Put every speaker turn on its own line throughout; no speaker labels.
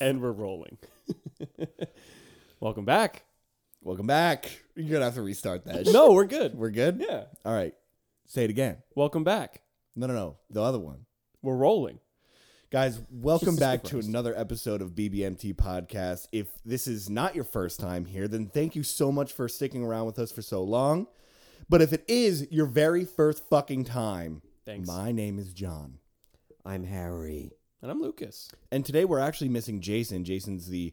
and we're rolling. Welcome back.
Welcome back. You're gonna have to restart that.
No, we're good.
We're good?
Yeah.
All right. Say it again.
Welcome back.
No, no, no. The other one.
We're rolling.
Guys, welcome
Jesus
back to
Christ.
another episode of BBMT Podcast. If this is not your first time here, then thank you so much for sticking around with us for so long. But if it is your very first fucking time,
Thanks.
my name is John.
I'm Harry.
And I'm Lucas.
And today we're actually missing Jason. Jason's the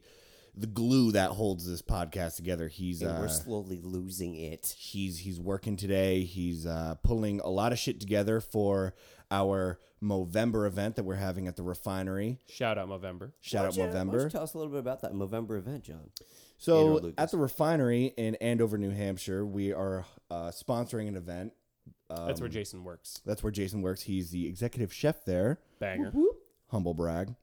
the glue that holds this podcast together. He's
And
uh,
we're slowly losing it.
he's he's working today. He's uh, pulling a lot of shit together for our Movember event that we're having at the refinery.
Shout out Movember.
Shout out
Why don't you- why don't you
Movember.
Tell us a little bit about that Movember event, John. Andrew
So
Lucas.
at the refinery in Andover, New Hampshire, we are uh, sponsoring an event.
That's where Jason works.
That's where Jason works. He's the executive chef there.
Banger.
humble brag.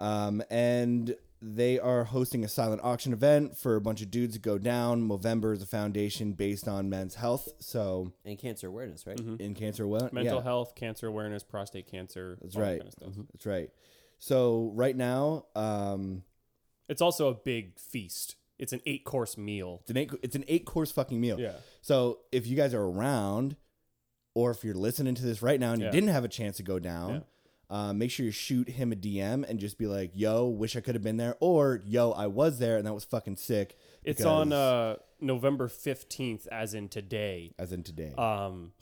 Um, and they are hosting a silent auction event for a bunch of dudes to go down. Movember is a foundation based on men's health. So
And cancer awareness, right?
Mm-hmm.
in cancer, what?
Mental
yeah,
health, cancer awareness, prostate cancer.
That's
all that
right. Mm-hmm.
kind of stuff.
That's right. So right now, um,
It's also a big feast. It's an eight course meal.
it's an eight. It's an eight course fucking meal.
Yeah.
So if you guys are around, or if you're listening to this right now and
Yeah.
you didn't have a chance to go down, uh, make sure you shoot him a DM and just be like, "Yo, wish I could have been there," or "Yo, I was there and that was fucking sick."
It's
because-
on uh, November 15th, as in today.
as in today.
Um,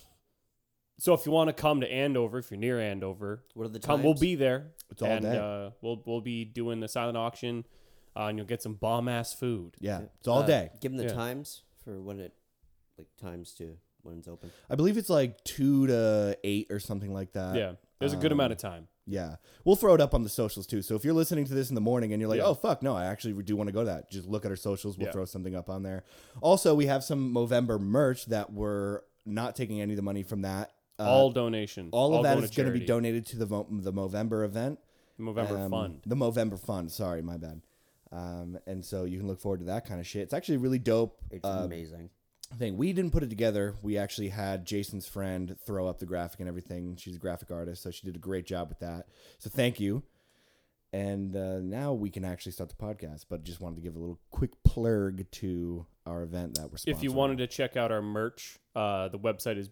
so if you want to come to Andover, if you're near Andover,
What are the
Come,
times?
we'll be there.
It's all
and,
day.
Uh, we'll we'll be doing the silent auction, uh, and you'll get some bomb ass food.
yeah, it's all
Uh,
day.
Give them the
Yeah.
times for when it, like times to when it's open.
I believe it's like two to eight or something like that.
yeah, there's a good
um,
amount of time.
yeah. We'll throw it up on the socials too. So if you're listening to this in the morning and you're like,
Yeah.
"Oh fuck, no, I actually do want to go to that," just look at our socials. We'll
Yeah.
throw something up on there. Also, we have some Movember merch that we're not taking any of the money from that. Uh,
all donation.
all of that
going
is going to be
charity.
donated to the Mo- the Movember event.
November
Um,
fund.
The Movember fund. Sorry, my bad. Um, and so you can look forward to that kind of shit. It's actually really dope.
It's
Um,
Uh,
amazing.
thing. We didn't put it together. We actually had Jason's friend throw up the graphic and everything. She's a graphic artist, so she did a great job with that. So thank you. And uh, now we can actually start the podcast. But just wanted to give a little quick plug to our event that we're. Sponsoring.
If you wanted to check out our merch, uh, the website is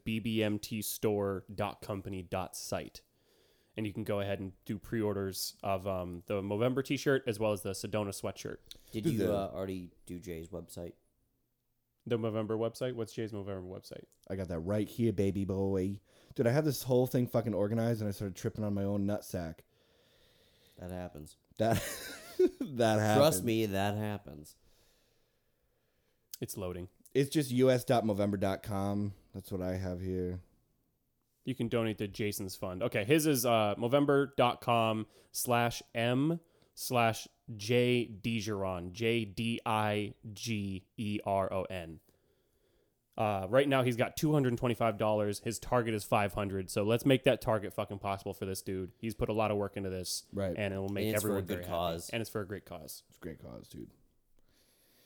bbmtstore.company.site. And you can go ahead and do pre orders of um, the Movember t shirt as well as the Sedona sweatshirt.
Did
do
you
the-
uh, already do Jay's website?
The Movember website? What's Jay's Movember website?
I got that right here, baby boy. Dude, I had this whole thing fucking organized, and I started tripping on my own nutsack.
That happens.
That that happened.
Trust me, that happens.
It's loading.
it's just us.movember.com. That's what I have here.
You can donate to Jason's fund. Okay, his is uh, Movember.com slash M slash J Digeron. J D I G E R O N. Uh, right now he's got two hundred and twenty-five dollars. His target is five hundred. So let's make that target fucking possible for this dude. He's put a lot of work into this,
Right.
And it will make
And it's for a
everyone
good
very happy.
cause.
and it's for a great cause.
It's a great cause, dude.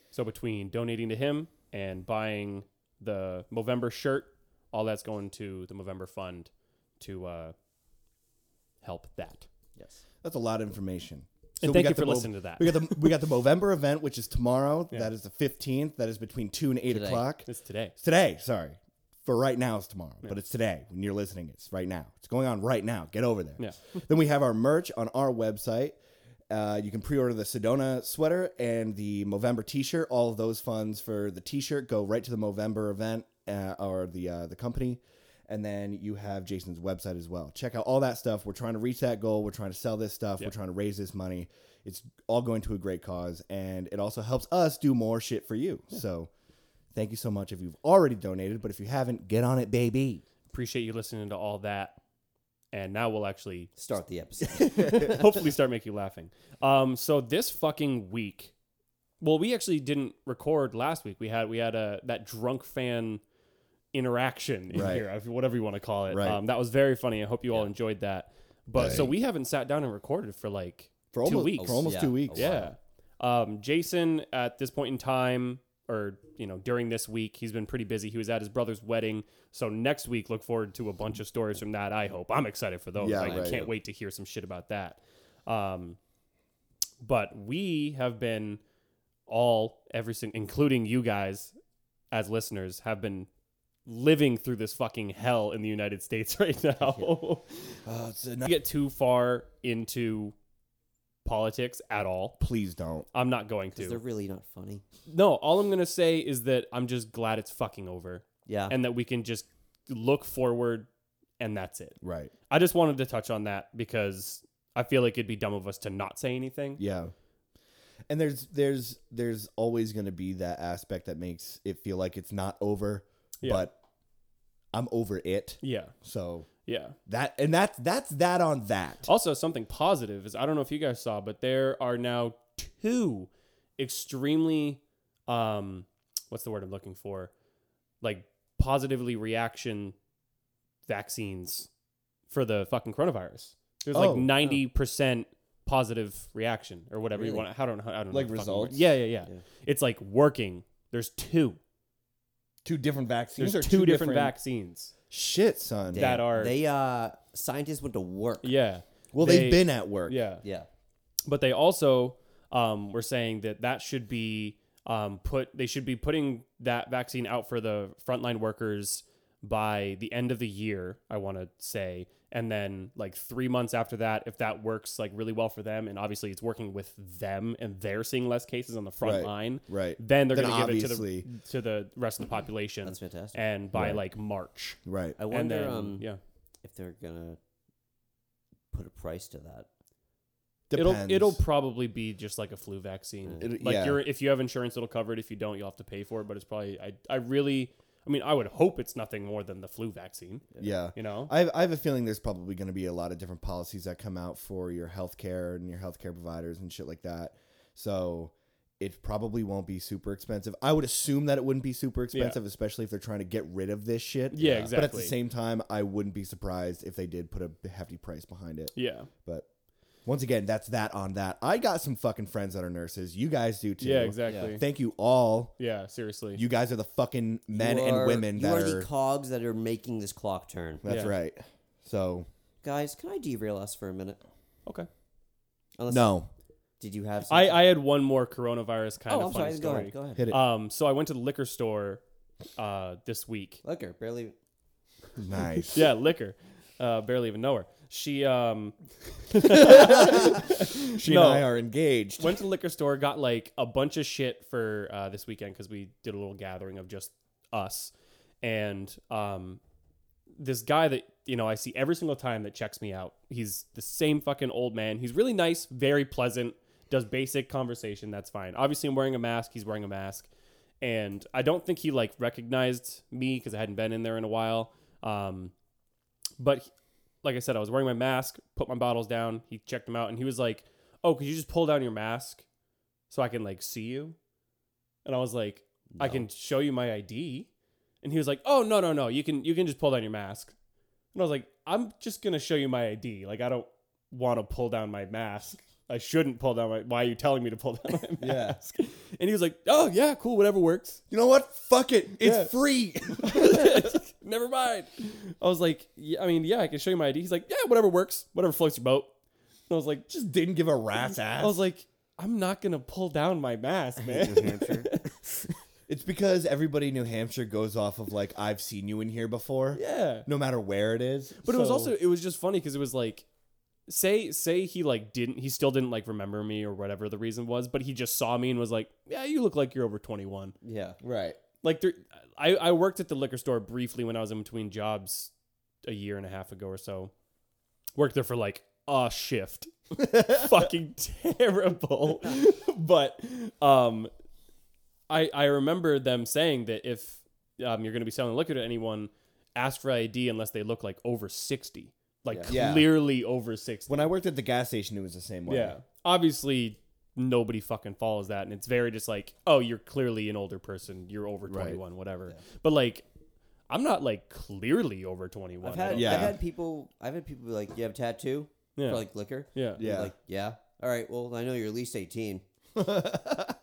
So between donating to him and buying the Movember shirt, all that's going to the Movember fund to uh, help that.
Yes.
That's a lot of information.
And
we
thank
got
you
the
for
Mov-
listening to that.
We got the we got the Movember event, which is tomorrow.
Yeah.
That is the fifteenth. That is between two and eight
Today.
o'clock.
It's today.
It's today, sorry. For right now, it's tomorrow, but it's today when you're listening. It's right now. It's going on right now. Get over there.
Yeah.
then we have our merch on our website. Uh, you can pre-order the Sedona sweater and the Movember T-shirt. All of those funds for the T-shirt go right to the Movember event uh, or the uh, the company. And then you have Jason's website as well. Check out all that stuff. We're trying to reach that goal. We're trying to sell this stuff. We're trying to raise this money. It's all going to a great cause, and it also helps us do more shit for you. So, thank you so much if you've already donated. But if you haven't, get on it, baby.
Appreciate you listening to all that. And now we'll actually
Start the episode.
hopefully start making you laughing. Um, so this fucking week, well, we actually didn't record last week. We had we had a that drunk fan interaction in
Right.
here, if- whatever you want to call it.
Right.
Um, that was very funny. I hope you all enjoyed that. But so we haven't sat down and recorded for like
For
two
almost,
weeks.
For almost
Yeah.
two weeks.
A while.
Yeah. Um, Jason, at this point in time, or you know, during this week, he's been pretty busy. He was at his brother's wedding, so next week, look forward to a bunch of stories from that. I hope I'm excited for those.
Yeah,
I
right.
can't wait to hear some shit about that. Um, but we have been all every single, including you guys as listeners, have been living through this fucking hell in the United States right now.
Oh, it's a
Not
nice-
get too far into politics at all.
Please don't.
I'm not going
because they're
to.
really not funny.
No, all I'm gonna say is that I'm just glad it's fucking over,
Uh.
Yeah,
and that we can just look forward, and that's it.
Right.
I just wanted to touch on that because I feel like it'd be dumb of us to not say anything.
Yeah. And there's there's there's always going to be that aspect that makes it feel like it's not over,
Yeah.
but I'm over it.
Yeah,
So
yeah.
that and that's that's that on that.
Also, something positive is I don't know if you guys saw, but there are now two extremely, um, what's the word I'm looking for? Like positively reaction vaccines for the fucking coronavirus. There's
Oh,
like
wow.
ninety percent positive reaction or whatever you
Really?
want. I don't know. I don't know
Like
the fucking word.
results?
Yeah, yeah, yeah,
Yeah.
It's like working. There's two.
Two different vaccines.
There's two, different, vaccines
Shit, son.
that are.
they uh scientists went to work.
yeah.
well, they,
they-
have been at work.
Yeah.
yeah.
but they also um, were saying that that should be um, put they should be putting that vaccine out for the frontline workers by the end of the year i want to say and then like three months after that if that works like really well for them and obviously it's working with them and they're seeing less cases on the front
Right,
line
right.
then they're
Then
going to give it to the
obviously-
to the rest of the population
That's fantastic.
and by
Right.
like march
Right.
I wonder
and then
um
yeah
if they're gonna put a price to that.
It'll
Depends.
it'll probably be just like a flu vaccine.
It-
like
yeah.
you're, if you have insurance, it'll cover it. If you don't, you'll have to pay for it. But it's probably I I really I mean I would hope it's nothing more than the flu vaccine.
yeah.
You know.
I have, I have a feeling there's probably going to be a lot of different policies that come out for your healthcare and your healthcare providers and shit like that. So it probably won't be super expensive. I would assume that it wouldn't be super expensive, especially if they're trying to get rid of this shit.
yeah,
But
exactly.
at the same time, I wouldn't be surprised if they did put a hefty price behind it.
yeah.
But once again, that's that on that. I got some fucking friends that are nurses. You guys do too.
Yeah. Exactly. Yeah.
Thank you all.
seriously.
You guys are the fucking men
You
and
are-
women
You
that
are
are.
the cogs that are making this clock turn.
that's
Yeah.
right. So
Guys, can I derail us for a minute?
okay.
Unless,
no,
Did you have?
I
something?
I had one more coronavirus kind of
oh, I'm
funny
sorry. Go
story.
ahead. Go ahead.
hit it.
Um. So I went to the liquor store, uh, this week.
Liquor, barely.
nice.
Yeah, liquor. Uh, barely even know her. She um
She
No.
and I are engaged.
went to the liquor store, got like a bunch of shit for uh, this weekend because we did a little gathering of just us. And um, this guy that you know I see every single time that checks me out, he's the same fucking old man. He's really nice, very pleasant, does basic conversation. That's fine. Obviously, I'm wearing a mask. He's wearing a mask, and I don't think he like recognized me because I hadn't been in there in a while. Um, but he- like I said, I was wearing my mask, put my bottles down. He checked them out, and he was like, "Oh, could you just pull down your mask so I can like see you?" And I was like, "I
No.
can show you my ID." And he was like, "Oh no no no, you can you can just pull down your mask." And I was like, "I'm just gonna show you my ID. Like I don't want to pull down my mask. I shouldn't pull down my. Why are you telling me to pull down my
Yeah.
mask?" And he was like, "Oh yeah, cool, whatever works."
You know what? Fuck it. It's
Yeah.
free.
Never mind. I was like, yeah, I mean, yeah, I can show you my ID. He's like, yeah, whatever works, whatever floats your boat. And I was like,
Just didn't give a rat's ass.
I was like, I'm not gonna pull down my mask, man.
it's because everybody in New Hampshire goes off of like I've seen you in here before.
yeah,
No matter where it is.
but it was
So-
also it was just funny because it was like, say say he like didn't he still didn't like remember me or whatever the reason was, but he just saw me and was like, yeah, you look like you're over 21.
Yeah.
right.
Like there, I I worked at the liquor store briefly when I was in between jobs a year and a half ago or so. Worked there for like a shift. fucking terrible. but um I I remember them saying that if um you're going to be selling liquor to anyone, ask for ID unless they look like over 60. Like
Yeah.
clearly over 60.
When I worked at the gas station, it was the same way.
Yeah. Obviously nobody fucking follows that and it's very just like, "Oh, you're clearly an older person. You're over 21, whatever." But like I'm not like clearly over 21.
I've had
Yeah.
I've had people I've had people be like, "You have a tattoo
Yeah.
for like liquor."
yeah.
Yeah.
Like, yeah. All right. Well, I know you're at least eighteen.
what?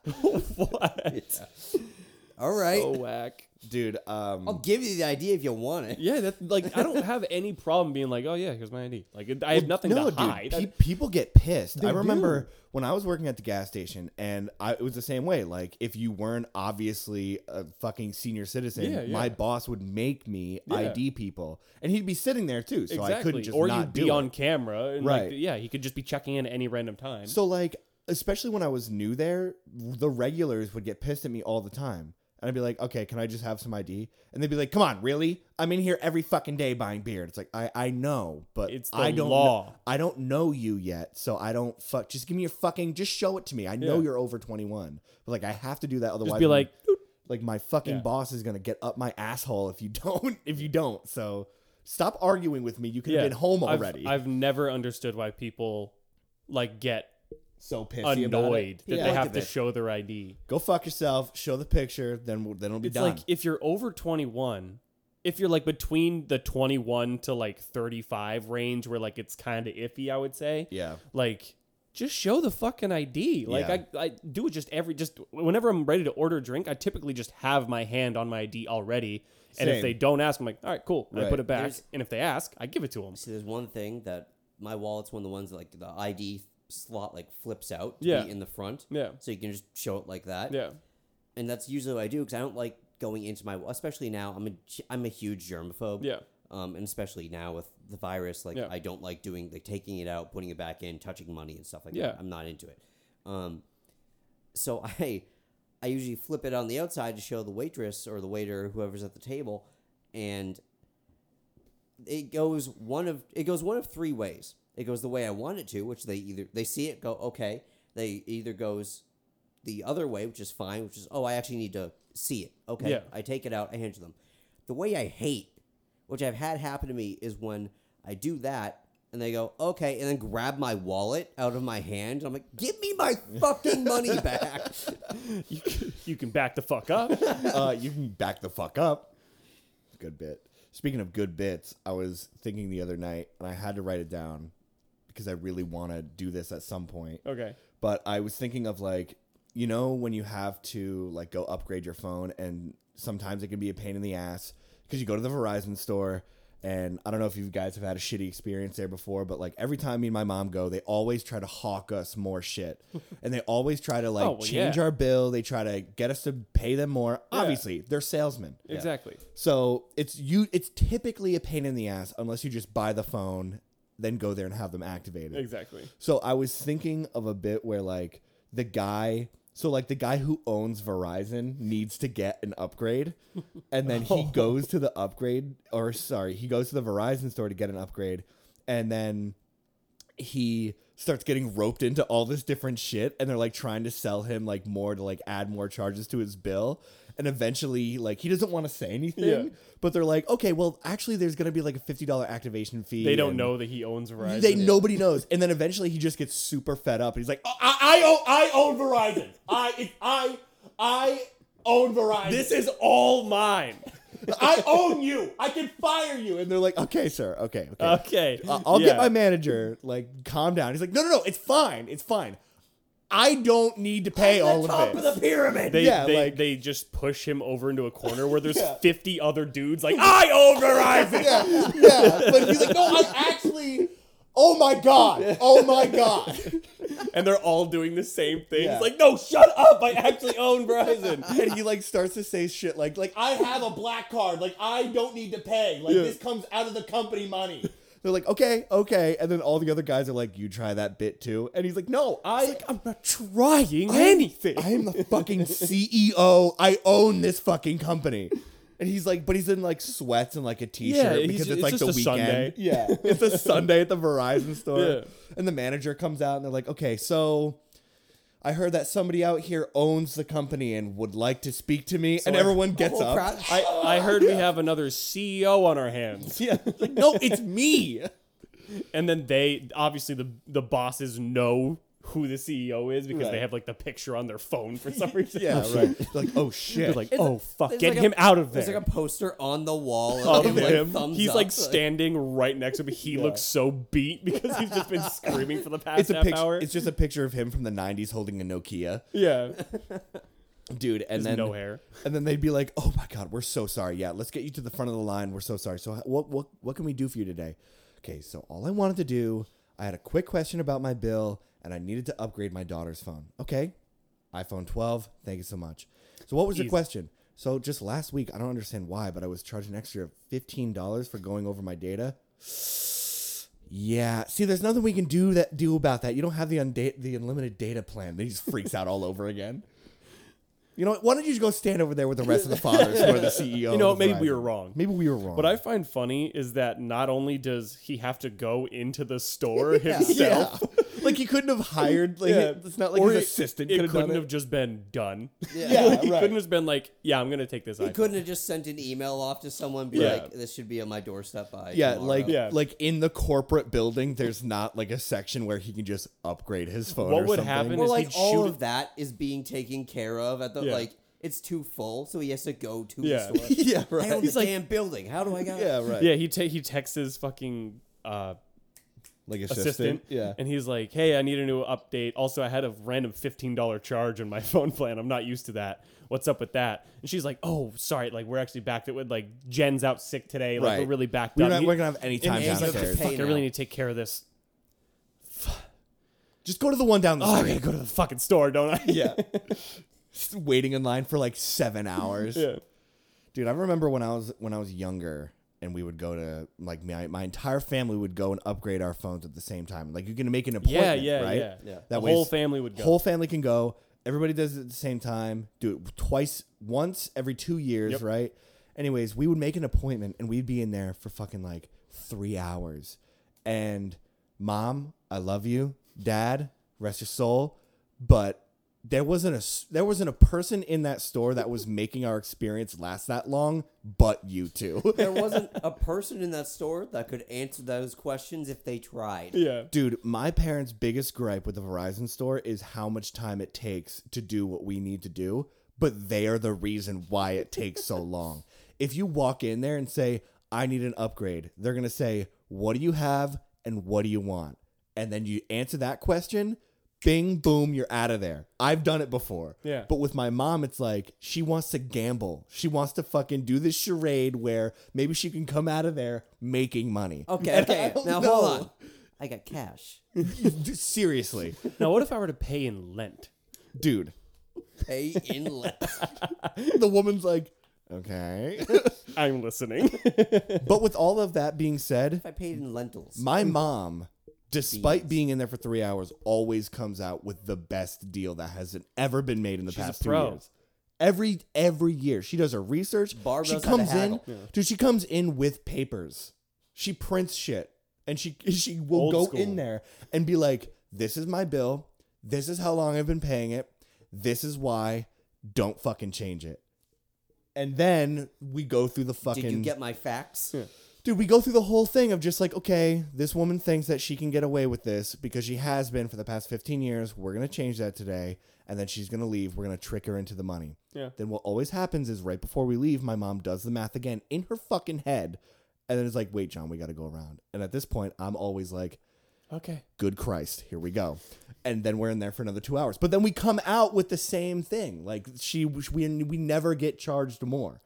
All right.
So whack.
dude.
I'll
Um,
give you the idea if you want it.
Yeah, that like I don't have any problem being like, oh yeah, here's my ID. Like it, I have nothing
no,
to hide.
dude.
I-
pe- people get pissed.
They
I remember
do.
when I was working at the gas station, and I, it was the same way. Like, if you weren't obviously a fucking senior citizen,
Yeah, yeah.
my boss would make me
Yeah.
ID people, and he'd be sitting there too, so I couldn't just
or
not
you'd be
do it.
on camera, and
Right.
Like, yeah, he could just be checking in at any random time.
So like, especially when I was new there, the regulars would get pissed at me all the time. And I'd be like, okay, can I just have some ID? And they'd be like, come on, really? I'm in here every fucking day buying beer. And it's like, I, I know, but
It's
I
the
don't
law.
Know, I don't know you yet, so I don't fuck. Just give me your fucking. Just show it to me. I know
Yeah.
you're over 21, but like I have to do that otherwise.
just be
I'm-
like, "Doot."
like my fucking
Yeah.
boss is gonna get up my asshole if you don't. If you don't, so stop arguing with me. You could have been home
I've-
already.
I've, never understood why people like get
so pissy about
annoyed
it.
that
Yeah.
they
Look
have
at
to
this.
show their ID.
go fuck yourself. Show the picture, then we'll, then it'll be
It's
done.
like if you're over 21, if you're like between the 21 to like 35 range where like it's kind of iffy, I would say.
yeah,
Like just show the fucking ID. Like
Yeah.
I, I do it just every just whenever I'm ready to order a drink, I typically just have my hand on my ID already. And
Same.
if they don't ask, I'm like, all right, cool. And I
Right.
put it back.
There's-
and if they ask, I give it to them.
See, there's one thing that my wallet's one of the ones that like the ID slot like flips out to
Yeah.
be in the front.
Yeah.
So you can just show it like that.
Yeah.
And that's usually what I do because I don't like going into my especially now I'm a g- I'm a huge germaphobe.
Yeah.
Um, and especially now with the virus, like
Yeah.
I don't like doing like taking it out, putting it back in, touching money and stuff like
Yeah.
that. I'm not into it. Um, so I I usually flip it on the outside to show the waitress or the waiter whoever's at the table, and it goes one of it goes one of three ways. It goes the way I want it to, which they either they see it go okay. They either goes the other way, which is fine, which is oh I actually need to see it. Okay,
Yeah.
I take it out, I hand it to them. The way I hate, which I've had happen to me, is when I do that and they go okay, and then grab my wallet out of my hand. I'm like, give me my fucking money back.
you, can, you can back the fuck up.
uh, you can back the fuck up. Good bit. Speaking of good bits, I was thinking the other night, and I had to write it down because I really want to do this at some point.
Okay.
But I was thinking of like, you know, when you have to like go upgrade your phone, and sometimes it can be a pain in the ass because you go to the Verizon store. And I don't know if you guys have had a shitty experience there before, but like every time me and my mom go, they always try to hawk us more shit. And they always try to like
Oh, well,
change
yeah.
our bill. They try to get us to pay them more. Obviously, they're salesmen.
Exactly.
So it's you. It's typically a pain in the ass unless you just buy the phone, then go there and have them activated.
Exactly.
So I was thinking of a bit where like the guy, so like the guy who owns Verizon needs to get an upgrade, and then he goes to the upgrade, or sorry, he goes to the Verizon store to get an upgrade, and then he starts getting roped into all this different shit and they're like trying to sell him like more to like add more charges to his bill and eventually like he doesn't want to say anything
Yeah.
but they're like okay well actually there's gonna be like a $50 activation fee
They don't
and-
know that he owns Verizon.
they nobody knows, and then eventually he just gets super fed up. He's like, "Oh, "I I, own I own Verizon. I it, I I own Verizon.
This is all mine.
I own you. I can fire you." And they're like, "Okay, sir. Okay, okay.
Okay.
I- I'll
Yeah.
get my manager. Like, calm down." He's like, "No, no, no. It's fine. It's fine. I don't need to pay all
Top
of
of
it."
the pyramid.
They,
yeah,
they,
like-
they just push him over into a corner where there's
Yeah.
50 other dudes like, I own Verizon.
yeah, yeah. But he's like, "No, I actually. Oh my god. Oh my god."
And they're all doing the same thing.
Yeah.
It's like, no, shut up. I actually own Verizon.
and he like starts to say shit like like I have a black card, like I don't need to pay, like
Yeah.
this comes out of the company money. They're like, okay, okay, and then all the other guys are like, you try that bit too, and he's like, no, I
I'm not trying
I'm- I am the fucking CEO. I own this fucking company. And he's like, but he's in like sweats and like a
Yeah,
t-shirt
he's-
because it's,
it's
like
just
the
a
weekend.
Sunday.
Yeah, it's a Sunday at the Verizon store.
Yeah.
And the manager comes out and they're like, okay, so I heard that somebody out here owns the company and would like to speak to me. and
I-
everyone gets up.
I, I heard we have another CEO on our hands.
yeah, like no, it's me.
And then they, obviously, the, the bosses know who the CEO is because
Right.
they have like the picture on their phone for some reason.
Yeah, right. Like, oh shit.
They're like, oh, fuck,
There's
get
like a-
him out of there.
There's like a poster on the wall
Out
of
of
him, like,
him.
thumbs
he's
up,
like standing right next to me. He looks so beat because he's just been screaming for the past
it's a
half
picture.
hour.
It's just a picture of him from the '90s holding a Nokia.
yeah.
dude.
There's
And then
no hair.
and then they'd be like, "Oh my god, we're so sorry. Yeah, let's get you to the front of the line. We're so sorry. So h- what what what can we do for you today?" Okay, so all I wanted to do, I had a quick question about my bill, and I needed to upgrade my daughter's phone. Okay, iPhone 12. Thank you so much. So what was your
Easy.
question? So just last week, I don't understand why, but I was charged an extra fifteen dollars for going over my data. Yeah. See, there's nothing we can do that do about that. You don't have the unda- the unlimited data plan. They just freaks out all over again. You know what? Why don't you just go stand over there with the rest of the fathers who are the CEO?
You know,
of
maybe we
Verizon?
were wrong.
Maybe we were wrong.
What I find funny is that not only does he have to go into the store himself,
Yeah. like he couldn't have hired. Like
Yeah.
it's not like
or
his
it-
assistant
it
could have
couldn't
done
have
it.
just been done.
Yeah,
Like, he
right.
couldn't have been like, yeah, I'm gonna take this.
He
iPhone.
couldn't have just sent an email off to someone, be
Yeah.
like, "This should be on my doorstep by."
Yeah,
tomorrow."
like
Yeah.
like in the corporate building, there's not like a section where he can just upgrade his phone.
What
or
would
something.
happen
Well,
is
like
he'd
all
shoot
of that is being taken care of at the
Yeah.
like it's too full, so he has to go to
Yeah.
the store.
Yeah, right.
I own
He's
this
like,
damn building. How do I got?
yeah, right.
Yeah, he ta- he texts his fucking uh,
like assistant.
assistant.
Yeah,
and he's like, "Hey, I need a new update. Also, I had a random fifteen dollar charge on my phone plan. I'm not used to that. What's up with that?" And she's like, "Oh, sorry. Like we're actually backed. It would like Jen's out sick today. Like
Right.
we're really backed
we're
up.
not
He-
we're gonna have any time
and he's like,
downstairs.
"Fuck, I
Pay
really
now."
need to take care of this.
Just go to the one down the
Oh, I
street.
gotta go to the fucking store, don't I?
yeah. Just waiting in line for like seven hours.
yeah.
Dude, I remember when I was when I was younger and we would go to like my, my entire family would go and upgrade our phones at the same time. Like you're gonna make an appointment,
Yeah, yeah,
right?
yeah.
Yeah.
The
That way
whole
it's-
family would go.
Whole family can go. Everybody does it at the same time. Do it twice, once every two years,
Yep.
right? Anyways, we would make an appointment and we'd be in there for fucking like three hours. And mom, I love you. Dad, rest your soul. But there wasn't a s- there wasn't a person in that store that was making our experience last that long, but you two.
There wasn't a person in that store that could answer those questions if they tried.
yeah.
Dude, my parents' biggest gripe with the Verizon store is how much time it takes to do what we need to do, but they are the reason why it takes so long. If you walk in there and say, I need an upgrade, they're going to say, What do you have and what do you want? And then you answer that question, bing, boom, you're out of there. I've done it before.
Yeah.
But with my mom, it's like she wants to gamble. She wants to fucking do this charade where maybe she can come out of there making money.
Okay,
And I
okay.
don't
Now
know.
hold on. I got cash.
Seriously,
Now, what if I were to pay in Lent?
dude.
Pay in less.
The woman's like, okay.
I'm listening.
but with all of that being said,
I paid in lentils.
my mom, despite being in there for three hours, always comes out with the best deal that hasn't ever been made in the
a
past two
pro.
years. Every every year, she does her research.
Barb
she
knows how to
comes in,
haggle.
dude. She comes in with papers. She prints shit, and she she will
Old
go
school.
in there and be like, "This is my bill. This is how long I've been paying it. This is why. Don't fucking change it." And then we go through the fucking.
Did you get my facts?
Dude, we go through the whole thing of just like, okay, this woman thinks that she can get away with this because she has been for the past 15 years. We're going to change that today. And then she's going to leave. We're going to trick her into the money.
Yeah.
Then what always happens is right before we leave, my mom does the math again in her fucking head. And then it's like, wait, John, we got to go around. And at this point, I'm always like,
okay.
good Christ, here we go. And then we're in there for another two hours. But then we come out with the same thing. Like, she, we, we never get charged more.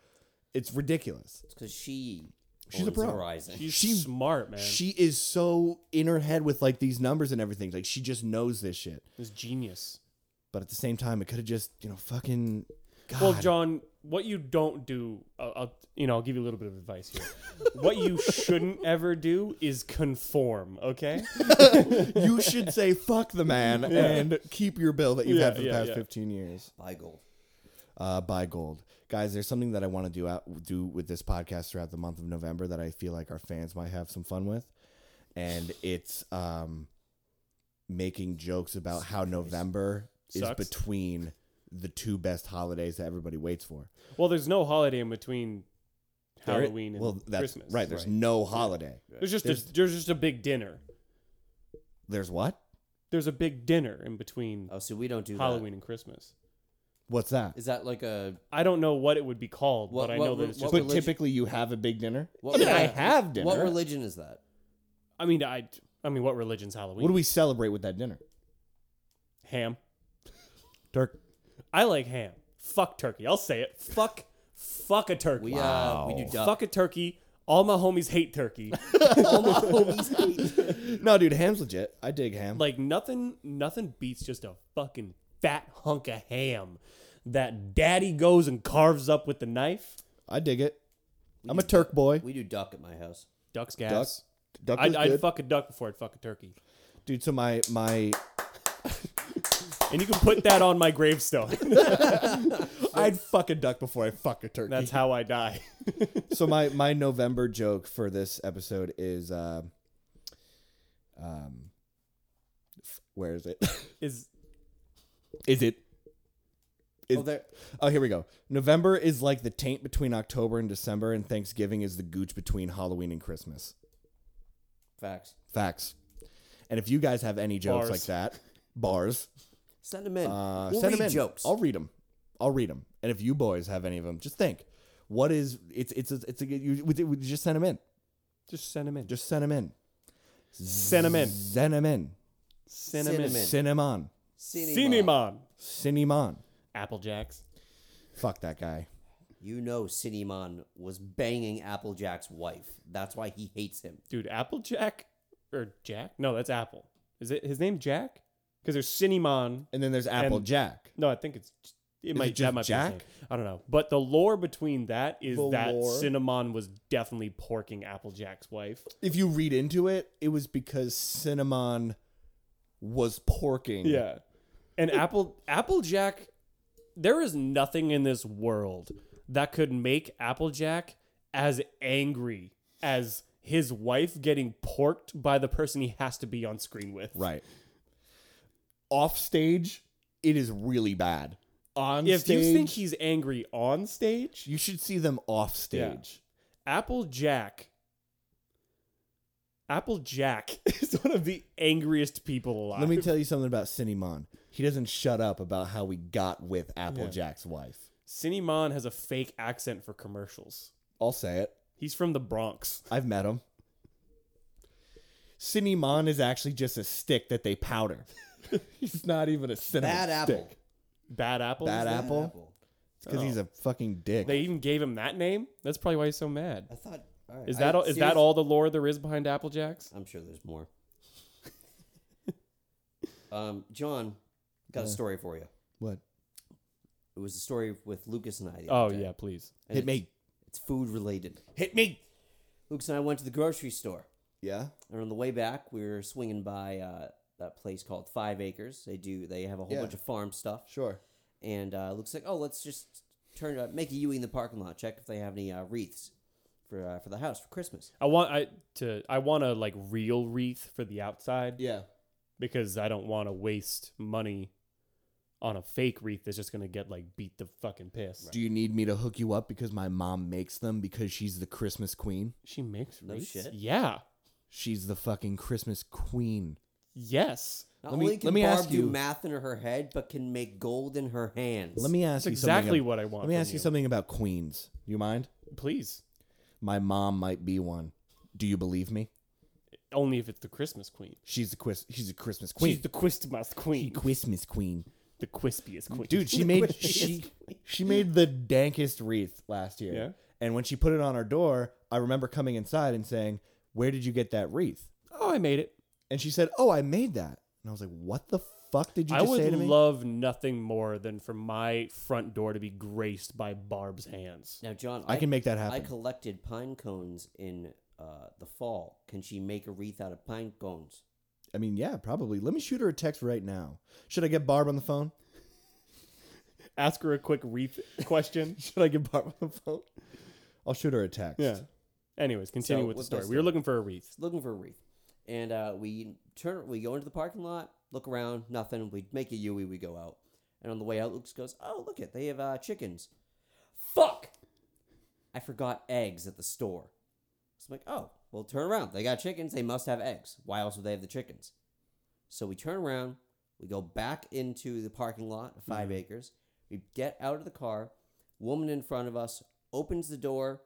It's ridiculous.
Because she
She's a
owns
pro.
Verizon.
She's
She-
smart, man.
She is so in her head with like these numbers and everything. Like she just knows this shit.
She's genius.
But at the same time, it could have just you know fucking. God.
Well, John, what you don't do, I'll, I'll you know, I'll give you a little bit of advice here. what you shouldn't ever do is conform. Okay.
you should say fuck the man and keep your bill that you've
Yeah,
had for the
yeah,
past
yeah.
fifteen years.
Buy gold.
uh, buy gold. Guys, there's something that I want to do out do with this podcast throughout the month of November that I feel like our fans might have some fun with, and it's um, making jokes about how November is
Sucks.
between the two best holidays that everybody waits for.
Well, there's no holiday in between
There-
Halloween and
well, that's
Christmas.
right. There's no holiday.
There's just
There's-
a, there's just a big dinner.
There's what?
There's a big dinner in between
Oh, so we don't do
Halloween and Christmas.
What's that?
That. Is that like a
I don't know what it would be called,
What-
but I
what
know
re-
that it's just.
what religion-
typically, you have a big dinner.
What-
I mean, I
yeah.
have dinner.
what religion is that?
I mean, I I mean, what religion's Halloween?
what do we celebrate with that dinner?
Ham.
Dirk,
I like ham. Fuck turkey. I'll say it. Fuck, fuck a turkey.
We uh, we do duck.
Fuck a turkey. All my homies hate turkey.
All my homies hate.
No, dude, ham's legit. I dig ham.
like nothing, nothing beats just a fucking fat hunk of ham that daddy goes and carves up with the knife.
I dig it. I'm a Turk boy.
We do duck at my house.
Ducks gas.
Duck, duck is
I'd, I'd
good.
fuck a duck before I'd fuck a turkey.
dude. So my my,
And you can put that on my gravestone.
I'd fuck a duck before I fuck a turkey.
That's how I die.
so my my November joke for this episode is, uh, um, f- where is it?
Is
Is it? Is-
Oh, there-
oh, here we go. November is like the taint between October and December, and Thanksgiving is the gooch between Halloween and Christmas.
Facts.
Facts. And if you guys have any jokes
Bars.
like that, bars,
Send them in.
uh,
we'll
send
read
them in.
jokes.
I'll read them. I'll read them. And if you boys have any of them, just think. What is it's it's it's, it's a, you, would- would you just send them in.
just cinnamon. Just
Just send them in.
cinnamon.
Send them in.
Cinnamon.
Cinnamon.
Cinnamon.
Cinema.
Cinnamon.
Cinnamon.
Apple Jacks.
Fuck that guy.
You know, Cinnamon was banging Applejack's wife. That's why he hates him.
Dude, Applejack or Jack? No, that's Apple. Is it his name Jack? Because there's Cinnamon.
And then there's Applejack.
No, I think it's it might
it
that
just
might be his
Jack?
name. I don't know. But the lore between that is
The
that
lore?
Cinnamon was definitely porking Applejack's wife.
if you read into it, it was because Cinnamon was porking.
Yeah. And Apple Applejack there is nothing in this world that could make Applejack as angry as his wife getting porked by the person he has to be on screen with.
Right. Off stage, it is really bad. On
If
stage,
you think he's angry on stage,
you should see them off stage.
Applejack Applejack is one of the angriest people alive.
Let me tell you something about Cinnamon. He doesn't shut up about how he got with Applejack's wife.
Cinnamon has a fake accent for commercials.
I'll say it.
He's from the Bronx.
I've met him. Cinnamon is actually just a stick that they powder. He's not even a cinnamon
Bad apple.
stick.
Bad apple.
Bad
is that?
apple. because he's a fucking dick.
They even gave him that name. That's probably why he's so mad.
I thought. All right.
Is that
I-
all, is that
serious-
all the lore there is behind Applejacks?
I'm sure there's more. um, John, got a story for you.
what?
It was a story with Lucas and I. the
Oh
other day,
yeah, please.
and
Hit
it's-
me.
It's food related.
Hit me.
Lucas and I went to the grocery store.
Yeah.
And on the way back, we were swinging by uh, that place called Five Acres. They do. They have a whole
Yeah.
bunch of farm stuff.
Sure.
And uh, looks like, oh, let's just turn uh, make a U in the parking lot. Check if they have any uh, wreaths for uh, for the house for Christmas.
I want I to I want a like real wreath for the outside
Yeah.
because I don't want to waste money on a fake wreath that's just gonna get like beat the fucking piss.
Do you need me to hook you up because my mom makes them because she's the Christmas queen?
She makes
No
wreaths.
shit.
Yeah.
She's the fucking Christmas queen.
Yes.
Not
Let me-
only can
let me
Barb
ask
do
you-
math in her head, but can make gold in her hands.
Let me ask
That's
you
exactly
something.
what I want.
Let me
from
ask you something about queens. You mind?
Please.
My mom might be one. Do you believe me?
Only if it's the Christmas queen.
She's the quis- she's a Christmas queen.
She's the Christmas queen.
Christmas queen.
The crispiest queen.
Dude, she made she she made the dankest wreath last year.
Yeah.
And when she put it on our door, I remember coming inside and saying, "Where did you get that wreath?"
Oh, I made it.
And she said, "Oh, I made that." And I was like, "What the fuck did you
I
just
would
say to me?"
love nothing more than for my front door to be graced by Barb's hands.
now, John,
I can make that
I
happen.
collected pine cones in uh, the fall. Can she make a wreath out of pine cones?
I mean, yeah, probably. Let me shoot her a text right now. Should I get Barb on the phone?
Ask her a quick wreath question.
Should I get Barb on the phone? I'll shoot her a text.
Anyways, continue
So,
with the
what's my
story. We were
story?
looking for a wreath.
looking for a wreath. And uh, we turn, we go into the parking lot, look around, nothing. We make a Yui, we go out. And on the way out, Luke goes, "Oh, look it, they have uh, chickens." Fuck! I forgot eggs at the store. So I'm like, "Oh, well, turn around. They got chickens. They must have eggs. Why else would they have the chickens?" So we turn around, we go back into the parking lot, 5 acres. We get out of the car. Woman in front of us opens the door.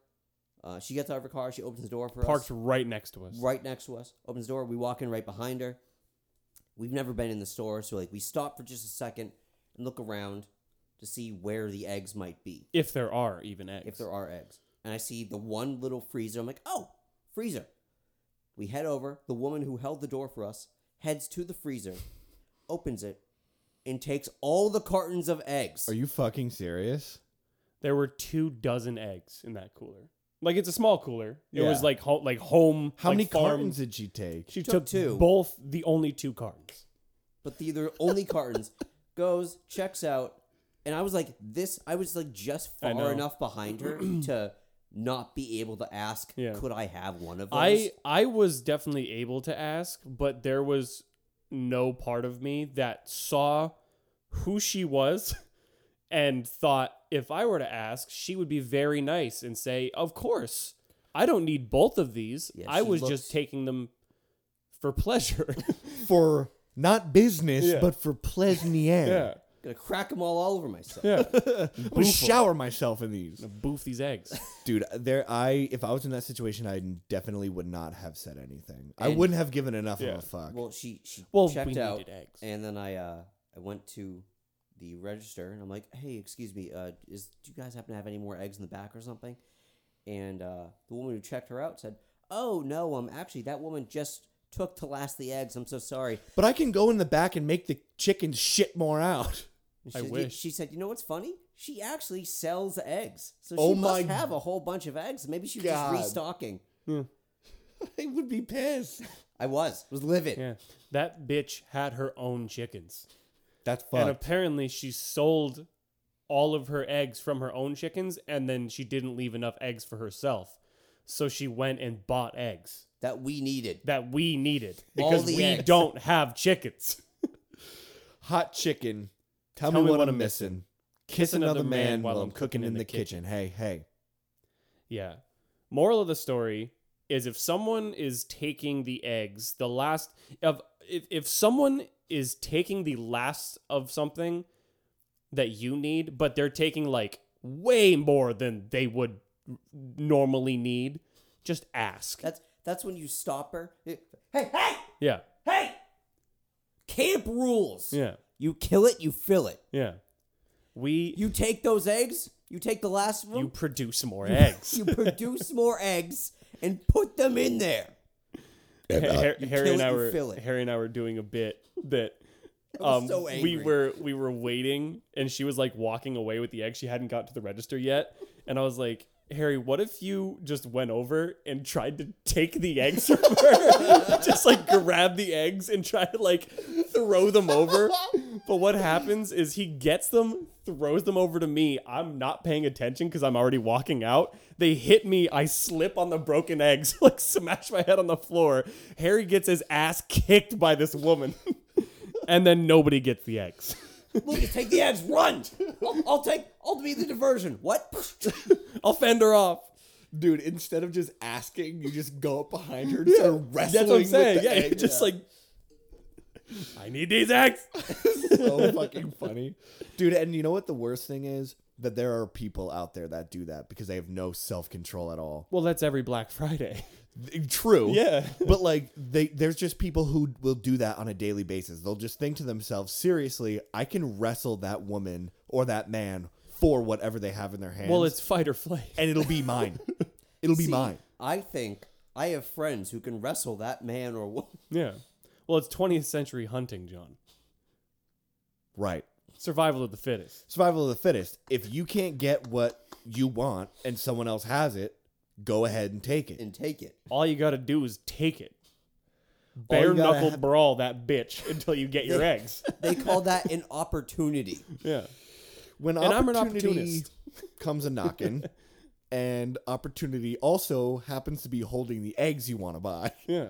Uh, she gets out of her car. She opens the door for us
Parked right next to us.
right next to us. Opens the door. We walk in right behind her. We've never been in the store, so like we stop for just a second and look around. to see where the eggs might be,
If there are even eggs.
if there are eggs. And I see the one little freezer. I'm like, oh, freezer. We head over. The woman who held the door for us heads to the freezer, opens it, and takes all the cartons of eggs.
Are you fucking serious?
there were two dozen eggs in that cooler. Like it's a small cooler. It was
Yeah.
like ho- like home.
How
like
many
farm.
cartons did she take?
She took,
Took two.
both the only two cartons.
but the, the only cartons goes checks out and i was like this i was like just
I know.
far enough behind her to not be able to ask
Yeah.
could i have one of those
I I was definitely able to ask, but there was no part of me that saw who she was and thought if I were to ask, she would be very nice and say, "Of course. I don't need both of these.
Yeah,
I
she
was
looks-
just taking them for pleasure."
For not business,
Yeah.
but for pleasnier.
gonna crack them all, all over myself
Yeah.
I'm gonna shower myself in these.
Boof these eggs.
Dude, uh, there I if I was in that situation, I definitely would not have said anything. I
And-
wouldn't have given enough
Yeah.
of a fuck.
well she she
Well,
checked
we
out
needed eggs.
and then i uh i went to the register and i'm like hey excuse me uh is do you guys happen to have any more eggs in the back or something and uh the woman who checked her out said oh no um actually that woman just took to last the eggs i'm so sorry
but I can go in the back and make the chicken shit more out.
And
I
she,
wish.
She said, "You know what's funny? She actually sells eggs, so she
Oh
must
my
have a whole bunch of eggs. Maybe she was
God.
just restocking."
I would be pissed.
I was was livid.
Yeah. That bitch had her own chickens.
That's
And
fucked.
apparently she sold all of her eggs from her own chickens and then she didn't leave enough eggs for herself. So she went and bought eggs
That we needed.
that we needed
All
because
the
we
eggs.
don't have chickens.
Hot chicken. Tell,
Tell
me what, I'm missing. Kiss another, man, while I'm
cooking
cooking
in
in
the
the kitchen. Hey, hey.
Yeah. Moral of the story is if someone is taking the eggs, the last of if, if someone is taking the last of something that you need, but they're taking like way more than they would normally need, just ask.
That's that's when you stop her. Hey, hey,
Yeah.
hey! Camp rules.
Yeah.
You kill it, you fill it.
Yeah. We you,
You take those eggs. You take the last of them.
produce more eggs.
you produce more eggs and put them in there.
Har-
You
Harry
kill
and
it,
I
you
were
fill it.
Harry and I were doing a bit that
was
um
so
we
angry.
were we were waiting and she was like walking away with the egg she hadn't got to the register yet and I was like Harry, what if you just went over and tried to take the eggs from her? just like grab the eggs and try to like throw them over. But what happens is he gets them, throws them over to me. I'm not paying attention because I'm already walking out. They hit me. I slip on the broken eggs, like smash my head on the floor. Harry gets his ass kicked by this woman. and then nobody gets the eggs.
Lucas, take the eggs. Run. I'll, I'll take. I'll be the diversion. What?
I'll fend her off.
Dude, instead of just asking, you just go up behind her and
Yeah, That's what I'm saying. Yeah, just like I need these eggs.
so fucking funny. Dude, and you know what the worst thing is? That there are people out there that do that because they have no self control at all.
Well, that's every Black Friday.
True.
Yeah.
but like they there's just people who will do that on a daily basis. They'll just think to themselves, seriously, I can wrestle that woman or that man for whatever they have in their hands.
Well, it's fight or flight.
and it'll be mine. it'll be
See,
mine.
I think I have friends who can wrestle that man or woman.
Yeah. Well, it's 20th century hunting, John.
Right.
Survival of the fittest.
Survival of the fittest. If you can't get what you want and someone else has it, go ahead and take it.
and take it.
All you got to do is take it.
All you
Bare
gotta
knuckle
ha-
brawl that bitch until you get your eggs.
They call that an opportunity.
Yeah.
when
And I'm an
opportunity
opportunist.
comes a knocking and opportunity also happens to be holding the eggs you want to buy
Yeah.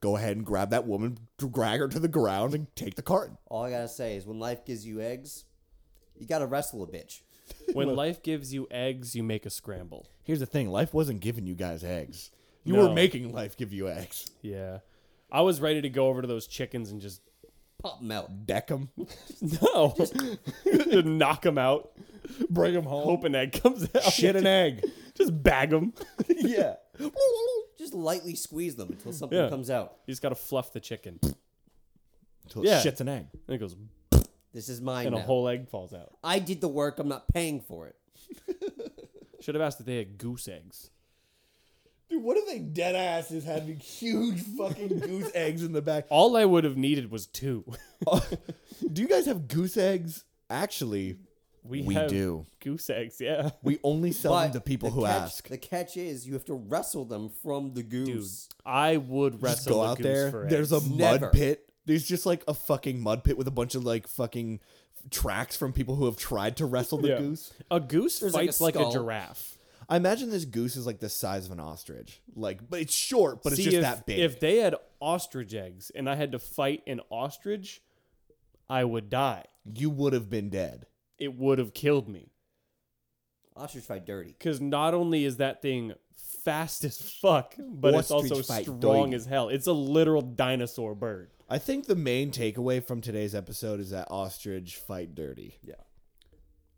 go ahead and grab that woman drag her to the ground and take the carton
All I gotta say is when life gives you eggs, you gotta wrestle a bitch.
When life gives you eggs, you make a scramble.
here's the thing life wasn't giving you guys eggs you
No.
were making life give you eggs
Yeah. I was ready to go over to those chickens and just
Pop melt.
deck them
no, just knock them out.
bring them home
Hope an egg comes out.
Oh, shit an egg
Just bag them. you
yeah
Just lightly squeeze them until something
Yeah.
comes out.
just gotta fluff the chicken.
Till
Yeah.
shit's an egg
And it goes.
This is mine
and a
now.
whole egg falls out.
I did the work. I'm not paying for it.
Should have asked if they had goose eggs.
Dude, what if they dead asses having huge fucking goose eggs in the back?
All I would have needed was two.
Oh, do you guys have goose eggs? Actually,
We,
We
have
do.
goose eggs. Yeah,
we only sell them
But
to people
the
who
catch,
ask.
The catch is you have to wrestle them from the
dude,
goose.
I would
Just
wrestle
go
a
out
goose for
there.
eggs.
There's a
Never.
mud pit. There's just like a fucking mud pit with a bunch of like fucking tracks from people who have tried to wrestle the
Yeah.
goose.
a goose
There's like a
fights like a,
skull.
giraffe.
I imagine this goose is like the size of an ostrich. Like, but it's short, but
See
it's just
if,
that big.
If they had ostrich eggs and I had to fight an ostrich, I would die.
you would have been dead.
It would have killed me.
Ostrich fight dirty.
Because not only is that thing fast as fuck, but
Ostrich
it's also
fight
strong
doig.
as hell. It's a literal dinosaur bird.
I think the main takeaway from today's episode is that ostrich fight dirty.
Yeah.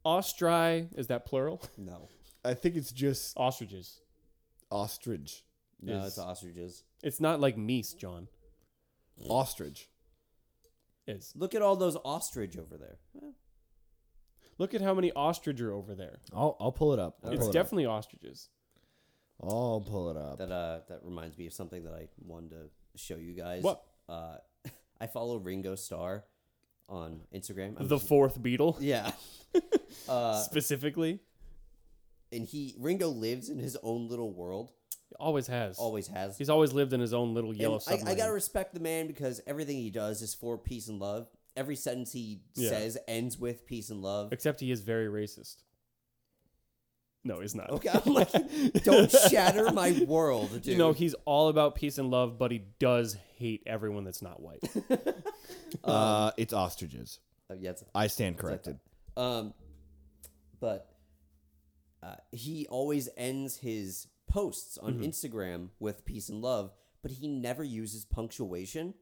Ostri is that plural?
No.
I think it's just
Ostriches.
ostrich.
No,
Is-
it's ostriches.
It's not like meese, John.
Ostrich.
Is
Look at all those ostrich over there.
look at how many ostrich are over there.
I'll, I'll pull it up. I'll
it's
pull it up.
definitely ostriches.
I'll pull it up.
That uh, that reminds me of something that I wanted to show you guys.
What?
Uh, I follow Ringo Starr on Instagram. I'm
The fourth beetle,
yeah. uh,
specifically,
and he Ringo lives in his own little world.
always has.
Always has.
He's always lived in his own little
And
yellow
I,
submarine.
I gotta respect the man because everything he does is for peace and love. Every sentence he
Yeah.
says ends with peace and love.
Except he is very racist. No, he's not.
Okay, I'm like, don't shatter my world, dude.
You know, he's all about peace and love, but he does hate everyone that's not white.
uh, it's ostriches.
Oh, yeah, it's-
I stand corrected.
Um, but uh, he always ends his posts on
Mm-hmm.
Instagram with peace and love, but he never uses punctuation.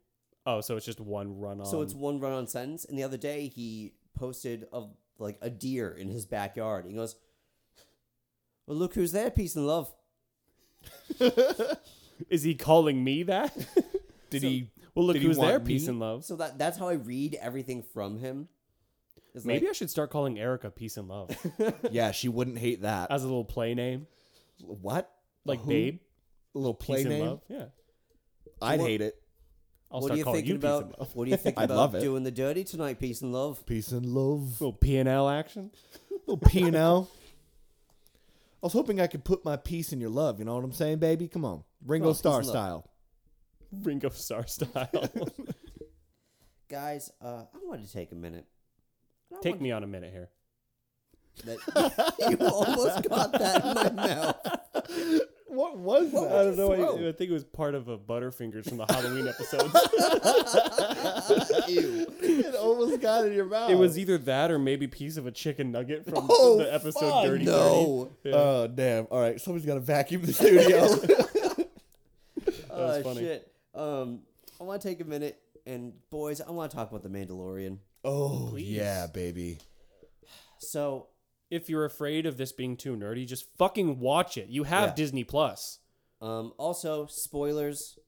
Oh, so it's just one run on.
so it's one run on sentence. And the other day he posted of like a deer in his backyard. He goes, Well, look who's there, peace and love.
is he calling me that?
Did he?
well, look
Did he
who's there,
want
peace
me?
and love.
So that that's how I read everything from him. It's
Maybe
like,
I should start calling Erica peace and love
Yeah, she wouldn't hate that.
as a little play name,
what?
Uh, like
Who?
babe,
A little play
peace
name?
and love. Yeah,
I'd
What-
hate it.
I'll
what are
start
you
calling
thinking
you peace and
about?
love.
What are you thinking
I'd love
about
it.
doing the dirty tonight, peace and love?
Peace and love.
Little P and L action.
little P and L. I was hoping I could put my peace in your love. You know what I'm saying, baby? Come on, Ringo
Oh, peace
Starr
and love.
style.
Ringo Starr style.
Guys, uh, I wanted to take a minute. I
Take
wanted-
me on a minute here.
That, you almost got that in my mouth.
What was
What
I don't
was
know.
his
I,
throat?
I think it was part of a Butterfingers from the Halloween episodes.
Ew.
it almost got in your mouth.
It was either that or maybe piece of a chicken nugget from
Oh,
the episode
fuck,
Dirty
no.
Dirty. Yeah.
Oh damn! All right, somebody's got to vacuum the studio.
was
Oh
funny.
shit. Um, I want to take a minute, and boys, I want to talk about the Mandalorian.
oh
Please.
yeah, baby.
So
if you're afraid of this being too nerdy, just fucking watch it. You have
Yeah.
Disney Plus.
Um, also, spoilers.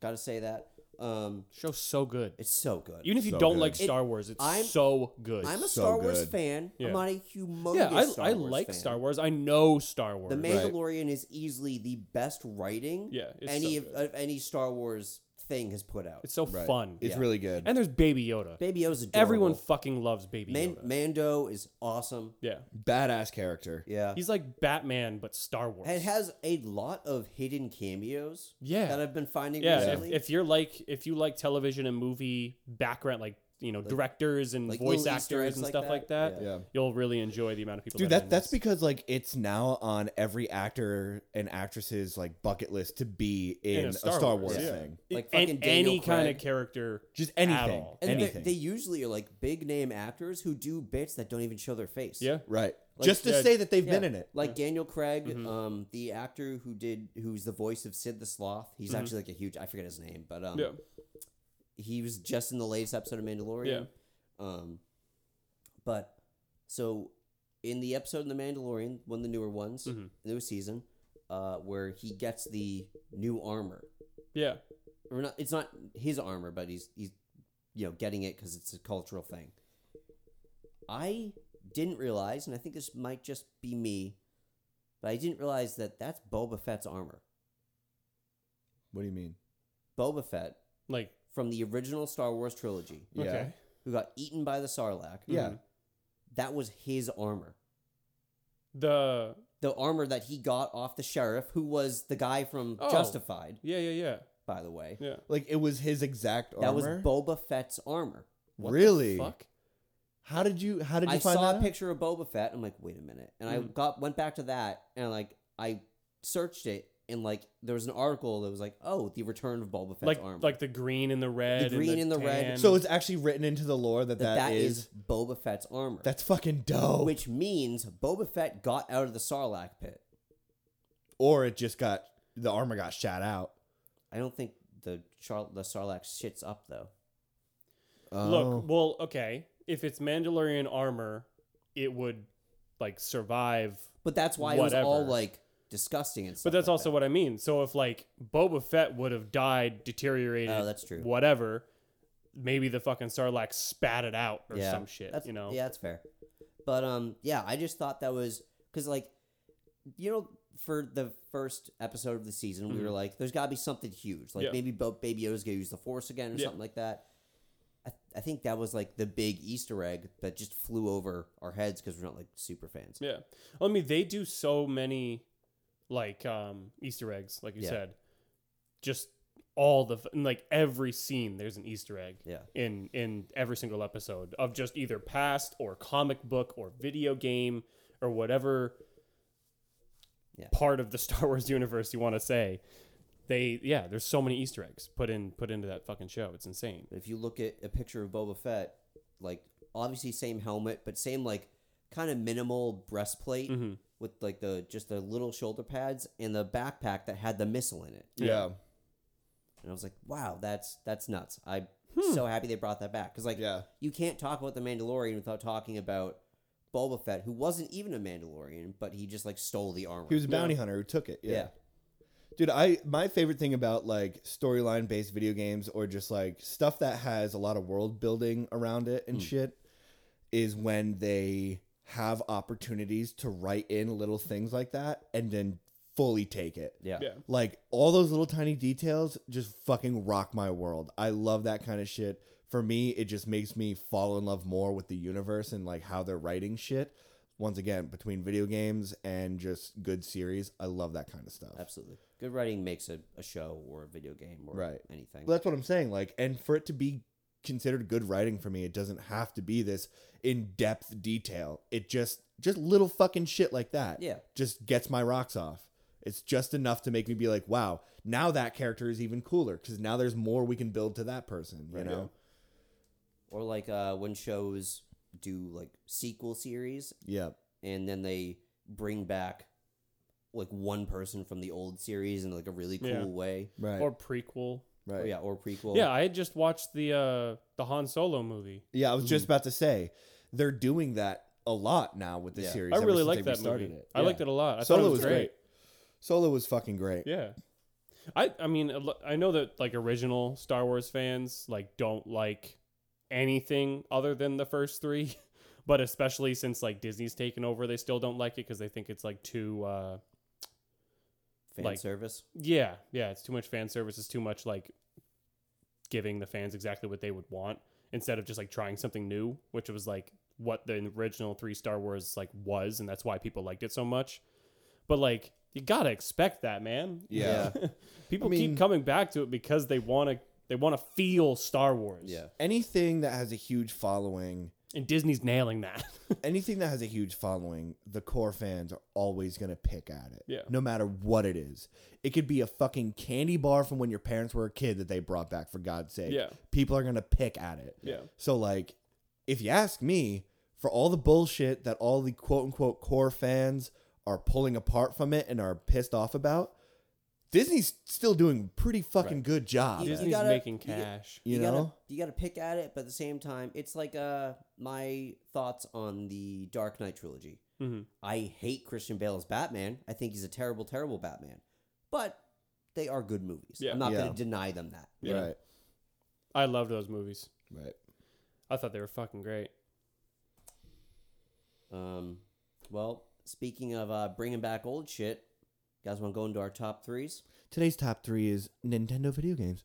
Gotta say that. Um,
Show's so good.
it's so good.
Even if you
So
don't
good.
like
It-
Star Wars, it's
I'm-
so good.
I'm a
so
Star Wars
good.
fan.
Yeah.
I'm not a humongous
yeah, I,
Star
I
Wars
like
fan.
Star Wars. I know Star Wars.
The
Right.
Mandalorian is easily the best writing
Yeah, it's
any
so
of,
good.
of any Star Wars thing has put out.
it's so
Right.
fun.
It's
Yeah.
really good.
And there's Baby Yoda.
Baby O's adorable.
Everyone fucking loves Baby
Man-
Yoda.
Mando is awesome.
yeah.
Badass character.
Yeah.
He's like Batman, but Star Wars.
it has a lot of hidden cameos
Yeah.
that I've been finding
yeah, if,
recently.
if you're like if you like television and movie background, like you know directors and
like
voice
little Easter
actors
eggs
and
like
stuff
that.
like that,
Yeah.
you'll really enjoy the amount of people.
Dude,
that, are
that
in
that's
this.
because like it's now on every actor and actress's like bucket list to be in, a Star, Wars,
yeah.
thing.
Like
And
fucking Daniel
any kind
Craig.
of character,
Just
at
anything.
all.
and they-
anything.
They, usually are like big name actors who do bits that don't even show their face.
Yeah,
Right.
Like-
Just to
Yeah.
say that they've been in it.
Like Daniel Craig,
Mm-hmm.
um, the actor who did who's the voice of Sid the Sloth. He's actually like a huge I forget his name, but um
Mm-hmm. yeah.
he was just in the latest episode of Mandalorian. Um but so in the episode in the Mandalorian, one of the newer ones,
Mhm.
new season, uh, where he gets the new armor.
Yeah.
Or not it's not his armor, but he's he's you know, getting it because it's a cultural thing. I didn't realize, and I think this might just be me, but I didn't realize that that's Boba Fett's armor.
What do you mean?
Boba Fett
Like,
from the original Star Wars trilogy,
Yeah.
okay.
who got eaten by the Sarlacc.
Yeah.
Mhm.
That was his armor.
The
The armor that he got off the sheriff, who was the guy from
Oh.
Justified,
yeah, yeah, yeah,
by the way.
yeah.
Like it was his exact armor.
That was Boba Fett's armor.
What the
really?
fuck?
How did you? How did you
I
find
saw
that
a
out? Mm.
picture of Boba Fett. I'm like, wait a minute, and I
Mhm.
got went back to that, and like I searched it, and like there was an article that was like, oh, the return of Boba Fett's
Like,
armor.
like the green and the red,
green and the
tan.
red.
So it's actually written into the lore that
that,
that is,
Boba Fett's armor.
that's fucking dope.
which means Boba Fett got out of the Sarlacc pit.
or it just got the armor got shot out.
I don't think the Char- the Sarlacc shits up though.
Oh.
Look, well, okay. If it's Mandalorian armor, it would like survive.
But that's why it was all
Whatever.
like disgusting and stuff.
But that's
like
also
that.
what I mean. So if like Boba Fett would have died, deteriorated,
Oh, that's true.
whatever, maybe the fucking Sarlacc spat it out or
yeah,
some shit,
That's,
you know?
Yeah, that's fair. But um, yeah, I just thought that was because like, you know, for the first episode of the season, we were like, "There's got to be something huge,
Mm-hmm.
like
Yeah.
maybe Bo- Baby Yoda's gonna use the Force again or
Yeah.
something like that." I, I think that was like the big Easter egg that just flew over our heads because we're not like super fans.
Yeah. I mean, they do so many like um Easter eggs, like you
Yeah.
said. Just all the f- and, like every scene, there's an Easter egg
Yeah.
in in every single episode of just either past or comic book or video game or whatever
Yeah.
part of the Star Wars universe you want to say. They yeah, there's so many Easter eggs put in put into that fucking show. It's insane.
But if you look at a picture of Boba Fett, like obviously same helmet, but same like kind of minimal breastplate
Mm-hmm.
Mhm.
with like the just the little shoulder pads and the backpack that had the missile in it.
yeah,
And I was like, wow, that's that's nuts. I'm so happy they brought that back because like
Hmm. yeah,
you can't talk about the Mandalorian without talking about Boba Fett, who wasn't even a Mandalorian, but he just like stole the armor.
he was a bounty hunter who took it.
yeah.
Yeah. dude, I my favorite thing about like storyline based video games or just like stuff that has a lot of world building around it and shit is when they have opportunities to write in little things like that and then fully take it.
yeah,
Yeah.
Like all those little tiny details just fucking rock my world. I love that kind of shit. For me, it just makes me fall in love more with the universe and like how they're writing shit. Once again, between video games and just good series, I love that kind of stuff.
Absolutely, good writing makes a, a show or a video game or
Right.
anything.
Well, that's what I'm saying. Like, and for it to be considered good writing for me, it doesn't have to be this in depth detail. It just just little fucking shit like that.
Yeah.
Just gets my rocks off. It's just enough to make me be like, wow, now that character is even cooler because now there's more we can build to that person, you
Right.
know?
or like uh, when shows do like sequel series
Yeah.
and then they bring back like one person from the old series in like a really cool
Yeah.
way
Right.
Or prequel.
right.
or, yeah
yeah.
or prequel
Yeah, I had just watched the uh the Han Solo movie.
I was just about to say, they're doing that a lot now with the
Yeah.
series.
I
ever
really
since they
liked that movie.
restarted It.
I liked it a lot. I thought
Solo
it was great.
Solo was fucking great.
Yeah. I I mean I know that like original Star Wars fans like don't like anything other than the first 3, but especially since like Disney's taken over, they still don't like it cuz they think it's like too uh
fan
like-
service
yeah, yeah, it's too much fan service, it's too much like giving the fans exactly what they would want instead of just like trying something new, which was like what the original 3 Star Wars like was and that's why people liked it so much. But like you got to expect that, man.
Yeah.
People
I mean-
keep coming back to it because they want to. They want to feel Star Wars.
yeah
Anything that has a huge following
And Disney's nailing that.
anything that has a huge following, the core fans are always going to pick at it.
Yeah.
No matter what it is. It could be a fucking candy bar from when your parents were a kid that they brought back for God's sake.
Yeah.
People are going to pick at it.
Yeah.
So like if you ask me, for all the bullshit that all the quote unquote core fans are pulling apart from it and are pissed off about, Disney's still doing a pretty fucking good job. at
You-
it.
Disney's
gotta-
making
you get-
cash.
You
gotta
know?
you gotta pick at it but at the same time it's like uh my thoughts on the dark knight trilogy
Mhm.
i hate christian bale's batman i think he's a terrible terrible batman but they are good movies
Yeah.
i'm not
Yeah.
gonna deny them that
Yeah.
Right.
I loved those movies.
Right.
I thought they were fucking great.
Um, well, speaking of uh, bringing back old shit, guys want to go into our top threes?
Today's top three is Nintendo video games.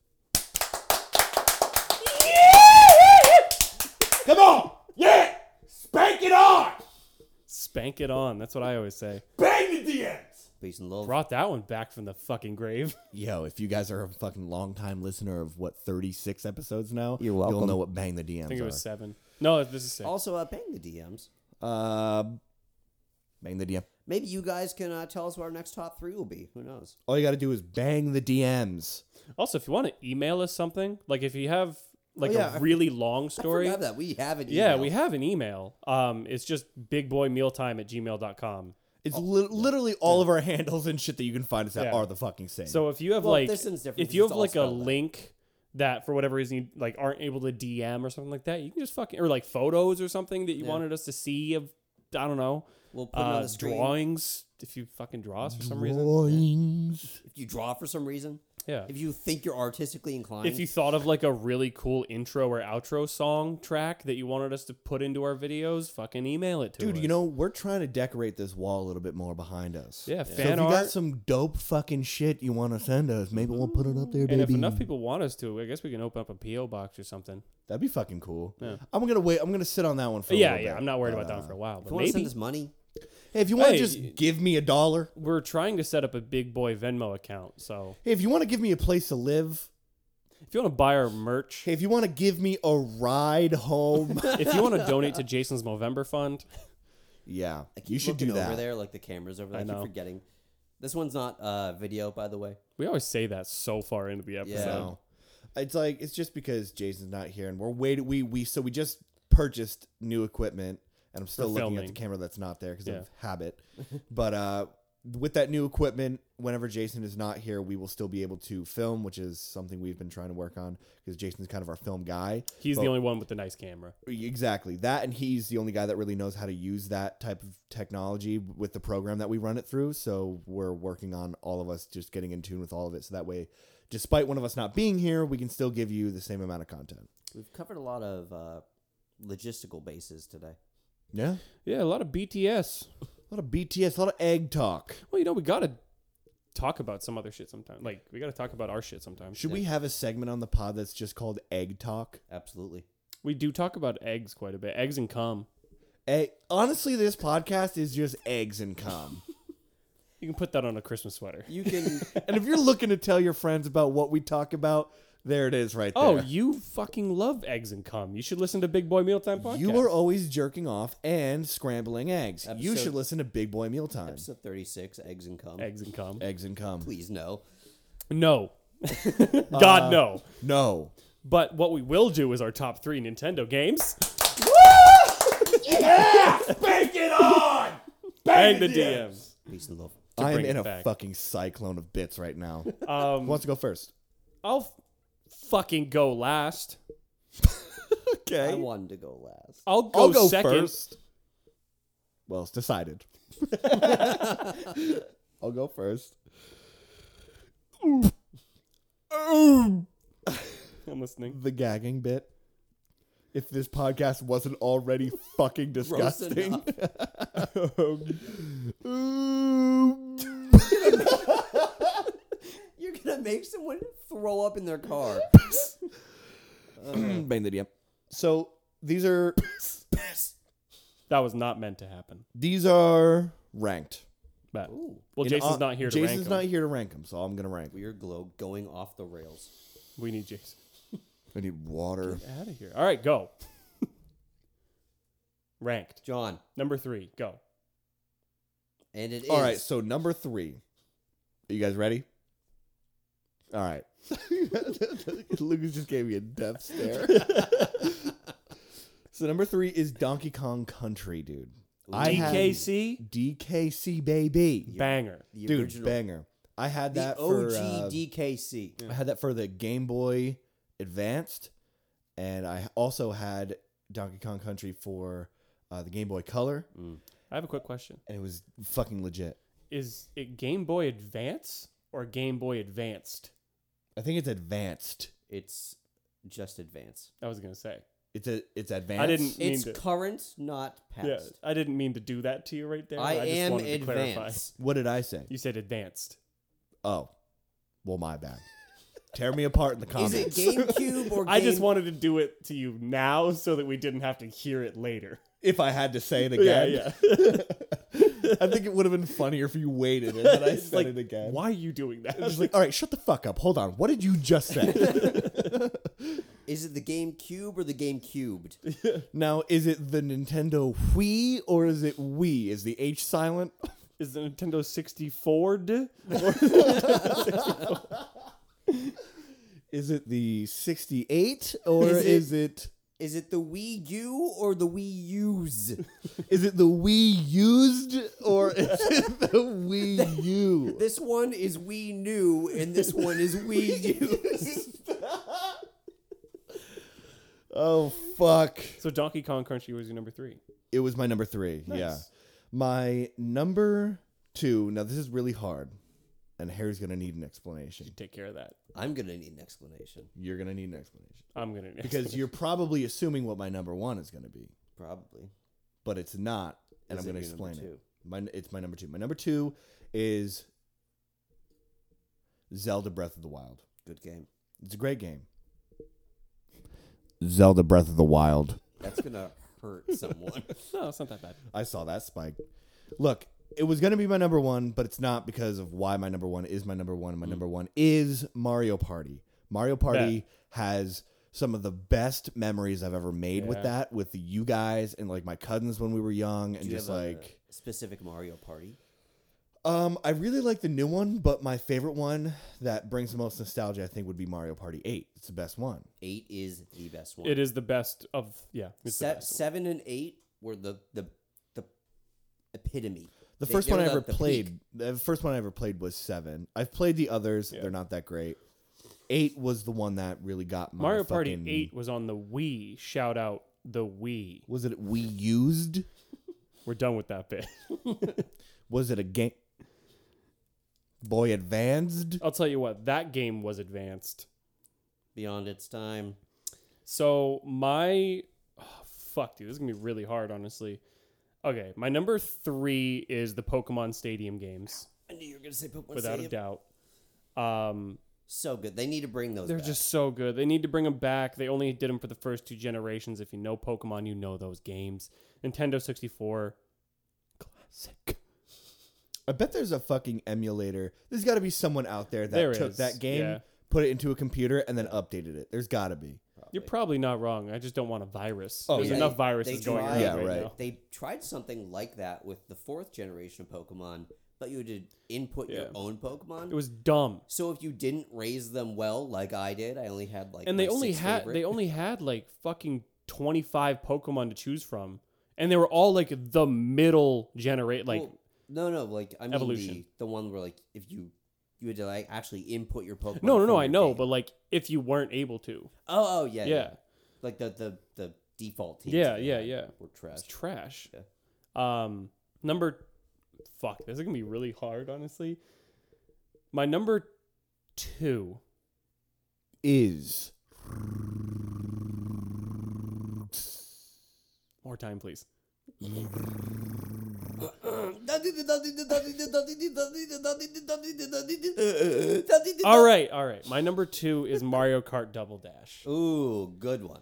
Come on! Yeah! Spank it on! Spank it on. That's what I always say.
Bang the DMs!
Peace and love.
Brought that one back from the fucking grave.
Yo, if you guys are a fucking longtime listener of what 36 episodes now,
You're
You'll
welcome.
know what Bang the DMs
I think it
are.
was seven. No, this is six.
Also, uh, bang the DMs.
Uh, bang the DM.
Maybe you guys can uh, tell us what our next top three will be. Who knows?
All you got to do is bang the DMs.
Also, if you want to email us something, like if you have like
yeah, I-
a really long
Oh, I
story.
forgot that we have it.
Yeah, we have an email. Um, it's just bigboymealtime at gmail.com.
It's li- literally all of our handles and shit that you can find us at
Oh, Yeah.
are the fucking same.
So if you have
Well,
like
this one's different
if
'cause
you
it's
have
all
like a
spelled out.
link that for whatever reason you like aren't able to DM or something like that, you can just fucking or like photos or something that you wanted us to see of I don't know.
We'll put it on
Uh,
the screen.
drawings if you fucking draw us for some reason.
Boings.
If you draw for some reason,
Yeah.
if you think you're artistically inclined,
If you thought of like a really cool intro or outro song track that you wanted us to put into our videos, fucking email it to us.
Dude, you know, we're trying to decorate this wall a little bit more behind us.
Yeah,
So if
fan
you got
art.
some dope fucking shit you want to send us, maybe we'll put it up there, baby.
and if enough people want us to, I guess we can open up a PO box or something.
That'd be fucking cool. I'm gonna wait. I'm gonna sit on that one for. a
yeah,
little
yeah.
bit.
I'm not worried
But,
about that
uh,
one for a while,
if
but
you want to
maybe
send us money,
Hey, if you want to
Hey, y-
just give me a dollar,
we're trying to set up a big boy Venmo account. So
hey, if you want to give me a place to live,
if you want to buy our merch,
hey, if you want to give me a ride home,
if you want to donate to Jason's Movember Fund,
yeah,
I keep
you should do
looking
that.
over there, like the cameras over there. I,
I
keep
know.
forgetting. This one's not uh, video, by the way.
we always say that so far into the episode.
Yeah.
No. It's like it's just because Jason's not here, and we're waiting. We we so we just purchased new equipment, and I'm still
For
looking at
filming.
the camera that's not there because
Yeah.
of habit. but uh, with that new equipment, whenever Jason is not here, we will still be able to film, which is something we've been trying to work on because Jason's kind of our film guy.
He's
But-
the only one with the nice camera.
Exactly. That and he's the only guy that really knows how to use that type of technology with the program that we run it through. So we're working on all of us just getting in tune with all of it. So that way, despite one of us not being here, we can still give you the same amount of content.
We've covered a lot of uh, logistical bases today.
Yeah. A
Yeah, a lot of BTS.
lot of BTS, a lot of egg talk.
Well, you know, we gotta talk about some other shit sometime. Like we gotta talk about our shit sometimes.
Should we have a segment on the pod that's just called egg talk?
Absolutely.
We do talk about eggs quite a bit. Eggs and cum.
Egg- Honestly, this podcast is just eggs and cum.
You can put that on a Christmas sweater.
You can.
and if you're looking to tell your friends about what we talk about, there it is right there.
Oh, you fucking love eggs and cum. You should listen to Big Boy Mealtime Podcast.
You are always jerking off and scrambling eggs. you
Episode-
should listen to Big Boy Mealtime.
episode 36, Eggs and Cum.
eggs and cum.
Eggs and cum.
Please, no.
No. God
Uh,
no.
No.
But what we will do is our top three Nintendo games.
Yeah! Spank it on!
Bang the DMs.
Peace and love.
I am
bring
in
it
a
back.
fucking cyclone of bits right now. Who
Um,
wants to go first?
I'll f- fucking go last.
Okay.
I wanted to go last.
I'll go,
I'll go
second.
first. Well, it's decided. I'll go first.
I'm listening.
The gagging bit. If this podcast wasn't already fucking
Gross
disgusting.
enough.
Um,
You're going to make someone throw up in their car.
Bang the DM. So these are
That was not meant to happen.
these are ranked.
But well,
In
Jason's
hon-
not here to
Jason's
rank
not
'em.
here to rank them, so I'm gonna rank. 'em.
Weird glow going off the rails.
We need Jason.
I need water.
Out of here. All right, go. Ranked
John,
number three. Go.
and it is.
All right, so number three. Are you guys ready? All right. Lucas just gave me a death stare. so number three is Donkey Kong Country, dude. I had-
DKC
DKC baby,
E banger.
the
dude,
original.
banger. I had
The
that
OG
for uh,
DKC.
I had that for the Game Boy Advanced, and I also had Donkey Kong Country for uh, the Game Boy Color,
I have a quick question.
and it was fucking legit.
Is it Game Boy Advance or Game Boy Advanced?
I think it's advanced.
It's just advance.
I was gonna say
It's a it's advanced.
I didn't mean
It's
to.
current, not past.
Yeah, I didn't mean to do that to you right there.
I,
I, just
am
wanted to clarify.
advanced.
What did I say?
You said advanced.
Oh, well, my bad. Tear me apart in the
Is
comments.
it GameCube or? Game...
I just wanted to do it to you now so that we didn't have to hear it later.
if I had to say it
Yeah,
again,
yeah.
I think it would have been funnier if you waited and then I
It's
said
like,
it again.
Why are you doing that?
Just like, all right, shut the fuck up. Hold on. What did you just say?
Is it the GameCube or the Game Cubed?
now, is it the Nintendo Wii or is it we? Is the H silent?
Is the Nintendo 64 d?
Is it the 68 or
Is it-
is it
Is it the Wii U or the Wii U's?
is it the Wii used or is it the Wii U?
this one is Wii New and this one is Wii U's.
Oh fuck.
So Donkey Kong Country was your number three.
It was my number 3. Yeah. My number 2. Now this is really hard and Harry's going to need an explanation.
Take care of that.
I'm gonna need an explanation,
You're going to need an explanation
I'm gonna
because you're probably assuming what my number 1 is going to be.
probably.
but it's not, and
Is
I'm
it
going to
your number
explain it.
two?
My, it's my number two. My number two is Zelda Breath of the Wild.
Good game.
It's a great game. Zelda Breath of the Wild.
That's gonna hurt someone.
no, it's not that bad.
I saw that spike. Look, it was going to be my number one, but it's not because of why my number one is my number one. My number one is Mario Party. Mario Party has some of the best memories I've ever made with
Yeah.
that, with you guys and like my cousins when we were young, and
Do you
just
have a
like.
specific Mario Party.
Um, I really like the new one, but my favorite one that brings the most nostalgia, I think, would be Mario Party Eight. It's the best one.
Eight is the best one.
It is the best of yeah. It's
Se-
the best.
seven and eight were the the the epitome.
The
They-
first
they
one I
were the-
ever
the peak.
played, the first one I ever played was Seven. I've played the others; they're not that great. Eight was the one that really got my
Mario Party
fucking-
Eight was on the Wii. Shout out the Wii.
Was it we used?
We're done with that bit.
Was it a game? Boy Advanced.
I'll tell you what, that game was advanced.
Beyond its time.
So my oh, fuck, dude, this is gonna be really hard, honestly. Okay, my number three is the Pokemon Stadium games,
I knew you were gonna say Pokemon
without a
Stadium.
doubt. Um,
So good. They need to bring those.
they're
back.
just so good. They need to bring them back. They only did them for the first two generations. If you know Pokemon, you know those games. Nintendo sixty four, classic.
I bet there's a fucking emulator. There's got to be someone out there that
There
took
is,
that game,
yeah.
put it into a computer, and then updated it. There's got to be.
You're probably not wrong. I just don't want a virus.
Oh,
There's
yeah.
enough
They-
viruses
they
going around
tried-
Yeah,
right,
right.
now.
They tried something like that with the fourth generation of Pokemon, but you had to input your
Yeah.
own Pokemon.
It was dumb.
so if you didn't raise them well, like I did, I only had like
and they
my
only
six
had
favorite.
they only had like fucking 25 pokemon to choose from and they were all like the middle generate like
Well, no no like I mean
Evolution.
The, the one where like if you you had to like actually input your Pokemon.
no no
from
no i
your
know
game.
but like if you weren't able to
oh oh yeah
yeah,
like the the the default teams.
Yeah,
that they
yeah,
had
yeah.
Were trash.
it's trash um number fuck this is gonna be really hard honestly my number two
Is
more time please all right all right my number two is mario kart double dash
Ooh, good one.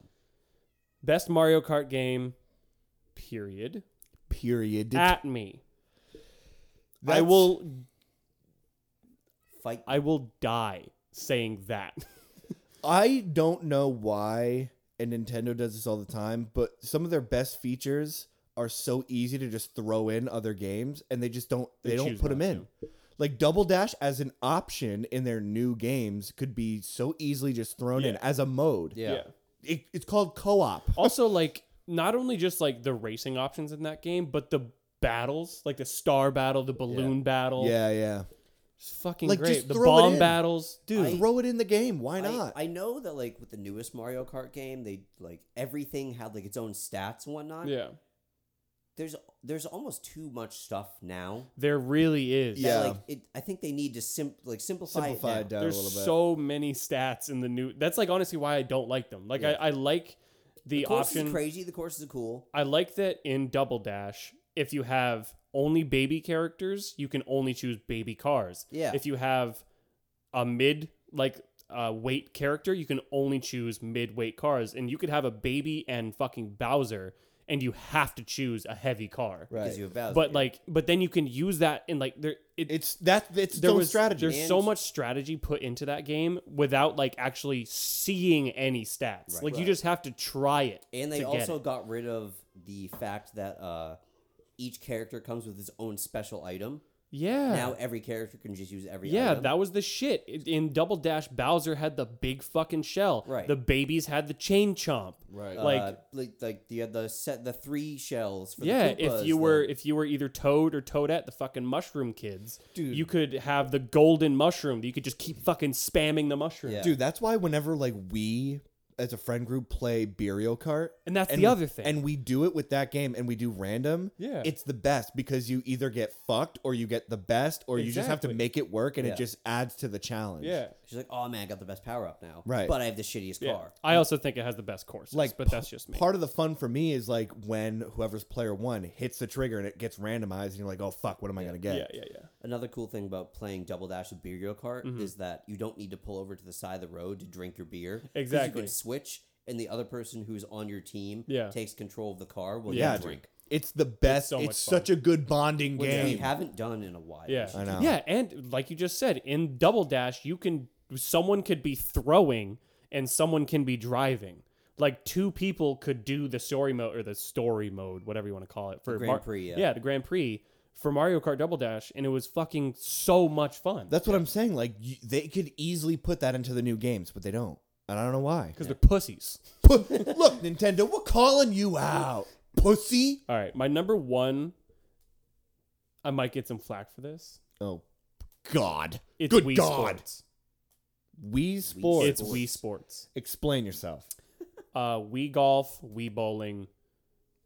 best mario kart game period
period.
at me Ah, i
That's-
will
Fight.
I will die saying that.
I don't know why, and Nintendo does this all the time, but some of their best features are so easy to just throw in other games, and they just don't they,
They
don't
choose
put them
not
in. Like Double Dash as an option in their new games could be so easily just thrown in
Yeah.
as a mode.
Yeah.
It, it's called co-op.
Also, like not only just like the racing options in that game, but the battles, like the star battle, the balloon battle.
Yeah, yeah.
It's fucking
Like,
great.
just
The
throw it
bomb
in.
battles. Dude,
throw it in the game. Why
I,
not?
I know that like with the newest Mario Kart game, they like everything had like its own stats and whatnot.
yeah.
There's there's almost too much stuff now.
There really is.
that,
Yeah.
Like it, I think they need to sim like simplify,
Simplify it
it down.
down a
There's
little bit.
so many stats in the new that's like honestly why I don't like them. Like I, I like the,
courses
option.
are crazy. The courses are cool.
I like that in Double Dash, if you have only baby characters, you can only choose baby cars.
Yeah.
If you have a mid like uh, weight character, you can only choose mid weight cars, and you could have a baby and fucking Bowser, and you have to choose a heavy car.
Because you have Bowser.
But like, but then you can use that in like there. It,
It's that it's its
there
own
was
strategy.
there's so
And-
much strategy put into that game without like actually seeing any stats. Like you
Right.
just have to try it.
and
to
they
get
also
it.
got rid of the fact that uh, each character comes with his own special item.
yeah.
Now every character can just use every
Yeah,
item.
that was the shit. I- In Double Dash, Bowser had the big fucking shell.
Right.
The babies had the chain chomp.
Right.
Like
uh, like like the the set the three shells. For the
yeah,
Koopas,
if you
the-
were if you were either Toad or Toadette, the fucking mushroom kids, you could have the golden mushroom. that You could just keep fucking spamming the mushroom.
Yeah.
Dude, that's why whenever like we as a friend group play Burial Cart,
And that's the other thing.
and we do it with that game, and we do random.
Yeah.
it's the best because you either get fucked or you get the best, or you just have to
Exactly.
make it work, and
Yeah.
it just adds to the challenge.
yeah.
she's like, oh man, I got the best power up now.
Right.
but I have the shittiest
Yeah.
car.
I also think it has the best courses,
Like,
but that's just me.
Part of the fun for me is like when whoever's player one hits the trigger and it gets randomized, and you're like, "Oh fuck, what am I gonna get?"
yeah, yeah, yeah.
Another cool thing about playing Double Dash with Beer Kart
Mm-hmm.
is that you don't need to pull over to the side of the road to drink your beer. 'cause You
Exactly.
can switch, and the other person who's on your team
Yeah.
takes control of the car while
Yeah,
you
dude.
drink.
It's the best. It's,
so much fun.
such a good bonding
Which we
game.
haven't done in a while.
Yeah,
I know.
Yeah, and like you just said, in double dash, you can someone could be throwing and someone can be driving. Like two people could do the story mode or the story mode, whatever you want to call it, for
Grand Prix, yeah.
the Grand Prix for Mario Kart Double Dash, and it was fucking so much fun
That's what I'm saying. Like you, they could easily put that into the new games, but they don't, and I don't know why.
because they're pussies.
Pu- Look, Nintendo, we're calling you out, pussy.
All right, my number one. I might get some flack for this.
Oh God!
It's
Good
Wii
God!
Sports.
Wii Sports.
It's Wii Sports.
Explain yourself.
Uh, Wii golf, Wii bowling,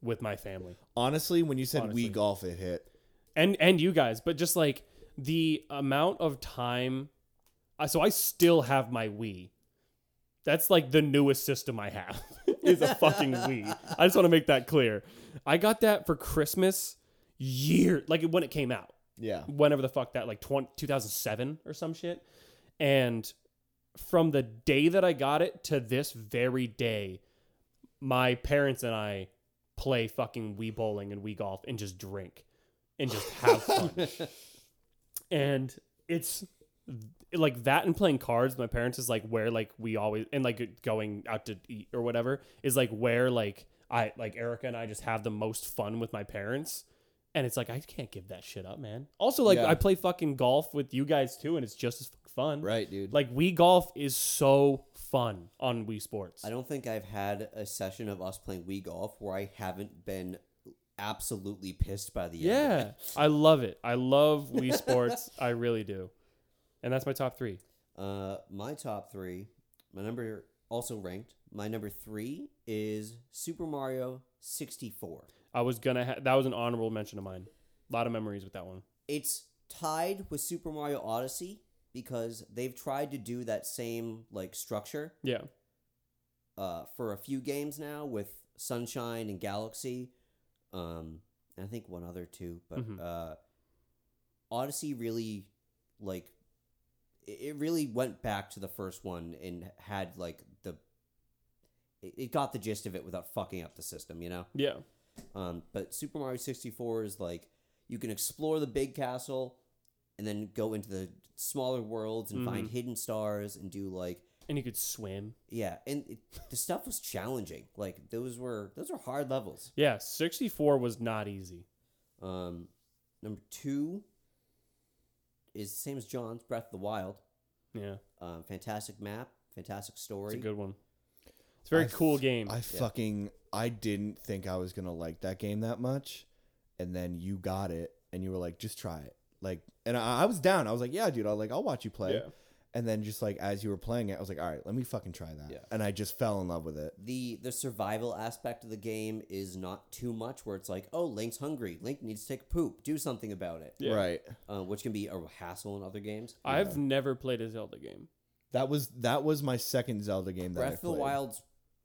with my family.
Honestly, when you said
Honestly.
Wii Golf, it hit.
and and you guys but just like the amount of time I- so i still have my wii that's like the newest system i have is a fucking wii i just want to make that clear i got that for christmas year like when it came out
Yeah.
whenever the fuck that like 20, 2007 or some shit and from the day that i got it to this very day my parents and i play fucking wii bowling and wii golf and just drink and just have fun and it's like that and playing cards my parents is like where like we always and like going out to eat or whatever is like where like i like erica and i just have the most fun with my parents and it's like i can't give that shit up man also like
Yeah.
i play fucking golf with you guys too and it's just as fuck fun
Right, dude.
like wii golf is so fun on wii sports
I don't think I've had a session of us playing Wii Golf where I haven't been absolutely pissed by the end. of it.
yeah i love it i love wii sports i really do and that's my top three
Uh, my top three, my number also ranked. My number three is Super Mario 64.
I was gonna. Ha- that was an honorable mention of mine. A lot of memories with that one.
It's tied with Super Mario Odyssey because they've tried to do that same like structure
Yeah,
uh, for a few games now with Sunshine and Galaxy. Um, and I think one other two, but
Mhm.
uh, Odyssey really like it it really went back to the first one and had like the it it got the gist of it without fucking up the system, you know.
yeah,
Um, but Super Mario 64 is like you can explore the big castle and then go into the smaller worlds and find hidden stars and do like
and you could swim.
yeah, and it, the stuff was challenging. Like those were those are hard levels.
Yeah, sixty four was not easy.
Um, number two is the same as John's Breath of the Wild.
Yeah,
Um, fantastic map, fantastic
it's
story.
a good one. It's a very
I
cool
f-
game.
I fucking I didn't think I was gonna like that game that much, and then you got it, and you were like, just try it. Like, and I, I was down. I was like, yeah, dude. I like I'll watch you play.
Yeah.
And then just like as you were playing it, I was like, all right, let me fucking try that.
Yeah.
And I just fell in love with it.
the the survival aspect of the game is not too much where it's like oh link's hungry link needs to take a poop do something about it
Yeah.
Right.
uh, which can be a hassle in other games
I've never played a Zelda game.
That was that was my second Zelda game that I
breath of the
played.
wild's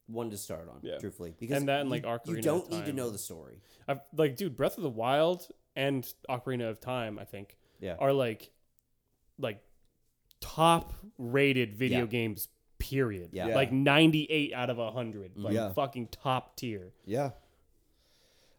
one to start on,
Yeah.
truthfully. Because
And that and like
you-
Ocarina
you don't
of
need to
Time.
know the story.
I've, like, dude, Breath of the Wild and Ocarina of Time, I think,
Yeah.
are like, like, top rated video
Yeah.
games. Period.
Yeah. Mm-hmm.
Yeah.
Like ninety eight out of hundred. Like
Yeah.
fucking top tier.
Yeah.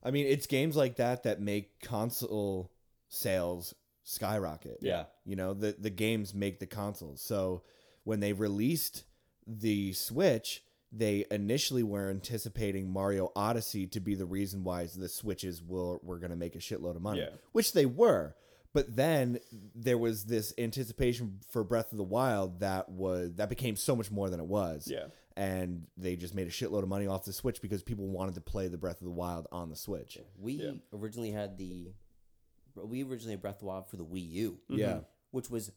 I mean, it's games like that that make console sales skyrocket.
Yeah.
You know, the the games make the consoles. So when they released the Switch, they initially were anticipating Mario Odyssey to be the reason why the Switches will were going to make a shitload of money,
Yeah.
which they were. But then there was this anticipation for Breath of the Wild that was that became so much more than it was and they just made a shitload of money off the Switch because people wanted to play the Breath of the Wild on the Switch.
We
Yeah.
originally had the we originally had Breath of the Wild for the Wii U,
Yeah,
which was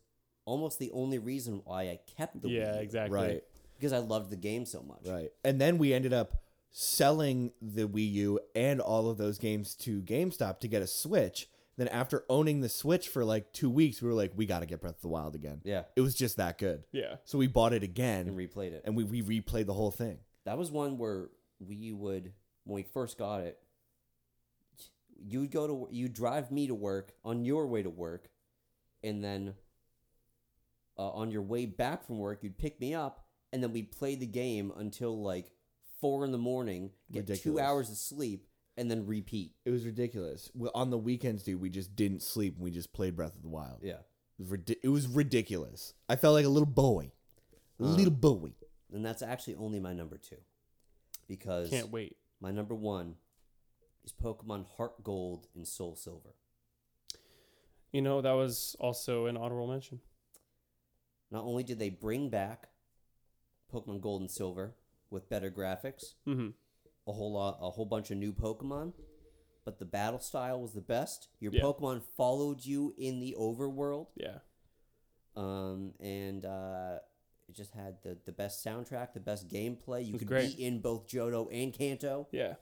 almost the only reason why I kept the
yeah.
Wii U,
Exactly.
right,
because I loved the game so much.
right. And then we ended up selling the Wii U and all of those games to GameStop to get a Switch. Then after owning the Switch for like two weeks, we were like, we got to get Breath of the Wild again.
Yeah,
It was just that good.
Yeah.
So we bought it again and,
and replayed it.
we, we replayed the whole thing.
That was one where we would when we first got it. You would go to you drive me to work on your way to work, and then uh, on your way back from work you'd pick me up, and then we'd play the game until like four in the morning, get two
Ridiculous.
hours of sleep, and then repeat.
It was ridiculous. We, on the weekends, dude, we just didn't sleep and we just played Breath of the Wild.
Yeah.
It was, ridi- it was ridiculous. I felt like a little boy. little boy.
And that's actually only my number two. Because
Can't wait.
my number one is Pokemon Heart Gold and Soul Silver.
You know that was also an honorable mention.
Not only did they bring back Pokemon Gold and Silver with better graphics,
Mm-hmm.
a whole lot, a whole bunch of new Pokemon, but the battle style was the best. Your
Yeah.
Pokemon followed you in the overworld,
Yeah.
um, and uh, it just had the, the best soundtrack, the best gameplay. You
was
could
great.
be in both Johto and Kanto.
Yeah.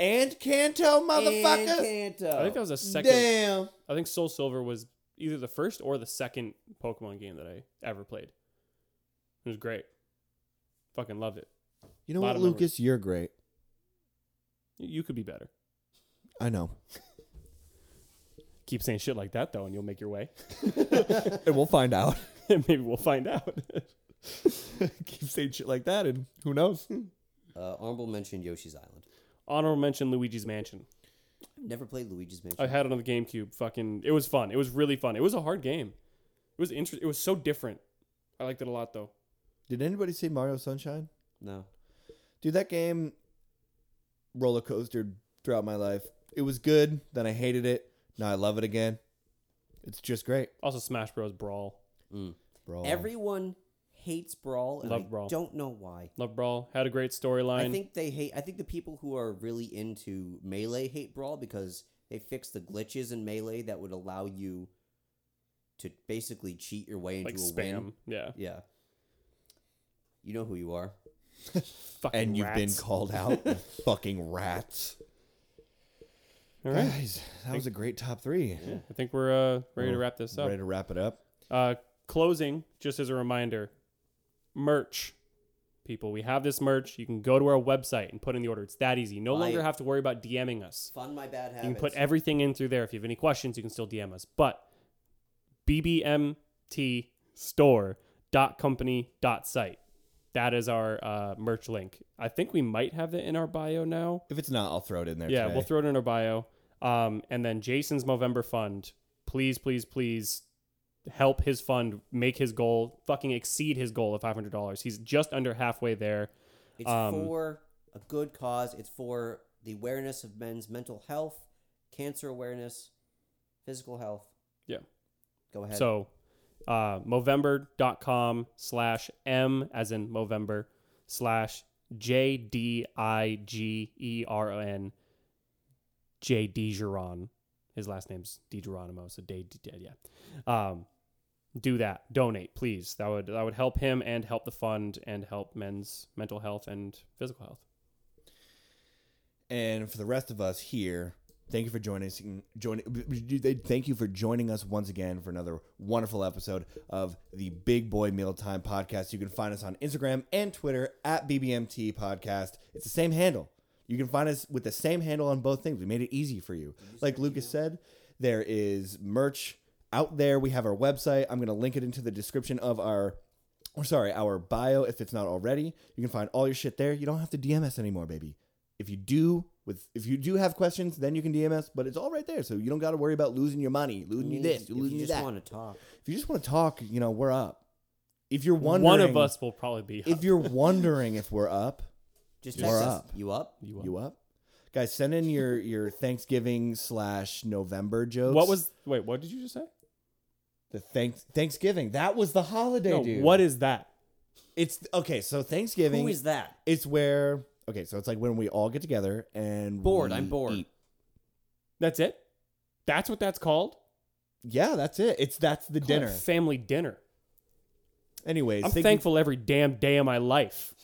And Kanto, motherfucker.
And Kanto.
I think that was a second.
Damn.
I think Soul Silver was either the first or the second Pokemon game that I ever played. It was great. Fucking loved it.
You know
Lot
what,
of
Lucas?
memories.
You're great.
You- You could be better.
I know.
Keep saying shit like that though, and you'll make your way.
and we'll find out.
Maybe we'll find out.
Keep saying shit like that, and who knows?
Uh, honorable mention Yoshi's Island.
Honorable mention: Luigi's Mansion.
I've never played Luigi's Mansion.
I had it on the GameCube. Fucking, it was fun. It was really fun. It was a hard game. It was interesting. It was so different. I liked it a lot though.
Did anybody see Mario Sunshine?
No.
Dude, that game roller coastered throughout my life. It was good, then I hated it. Now I love it again. It's just great,
Also, Smash Bros. Brawl.
Mm.
bro.
Everyone hates Brawl, and
Oh. Love
I
Brawl.
don't know why.
Love Brawl had a great
I,
storyline.
think they hate. I think the people who are really into melee hate Brawl because they fixed the glitches in melee that would allow you to basically cheat your way into
like
a
spam.
win.
Yeah.
Yeah. You know who you are.
Fucking
and you've been
rats.
called out, you fucking rats.
All right.
Guys, that was a great top three.
I think we're uh, ready to wrap this up.
Ready to wrap it up?
Uh, closing, just as a reminder, merch. People, we have this merch. You can go to our website and put in the order. It's that easy. You No
Buy
longer
it.
have to worry about DMing us.
Fun my bad habits.
You can put everything in through there. If you have any questions, you can still DM us. But bbmtstore.company.site. That is our uh, merch link. I think we might have it in our bio now.
If it's not, I'll throw it in there.
Yeah,
today.
we'll throw it in our bio. Um, and then Jason's Movember Fund. Please, please, please help his fund make his goal, fucking exceed his goal of $500. He's just under halfway there.
It's
um,
for a good cause. It's for the awareness of men's mental health, cancer awareness, physical health.
Yeah.
Go ahead.
So, uh, Movember.com slash M as in Movember slash J D I G E R O N J D Geron. His last name's Di Geronimo, so Day yeah. Um, do that. Donate, please. That would that would help him and help the fund and help men's mental health and physical health.
And for the rest of us here, Thank you for joining us. Join, thank you for joining us once again for another wonderful episode of the Big Boy Mealtime Podcast. You can find us on Instagram and Twitter at BBMT Podcast. It's the same handle. You can find us with the same handle on both things. We made it easy for you. Like Lucas said, there is merch out there. We have our website. I'm going to link it into the description of our or sorry, our bio if it's not already. You can find all your shit there. You don't have to DM us anymore, baby. If you do with if you do have questions, then you can DM us, but it's all right there. So you don't got to worry about losing your money, losing you this,
If
losing
you
you
just
that.
want to talk.
if you just want to talk, you know, we're up. If you're wondering
One of us will probably be.
if you're wondering if we're up,
Just
We're
text us.
up.
You up?
You
you up? Guys, send in your your Thanksgiving slash November jokes.
what was? Wait, what did you just say?
the thanks Thanksgiving? That was the holiday,
No,
dude.
what is that?
It's okay. So Thanksgiving
Who is that?
It's where okay, so it's like when we all get together and
Bored.
we
I'm bored.
eat.
That's it. That's what that's called.
Yeah, that's it. It's that's the
Call it
dinner.
family dinner.
anyways,
I'm
thank you-
thankful every damn day of my life.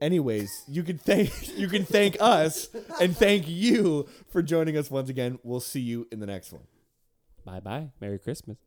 anyways, you can thank you can thank us and thank you for joining us once again. We'll see you in the next one.
Bye bye. Merry Christmas.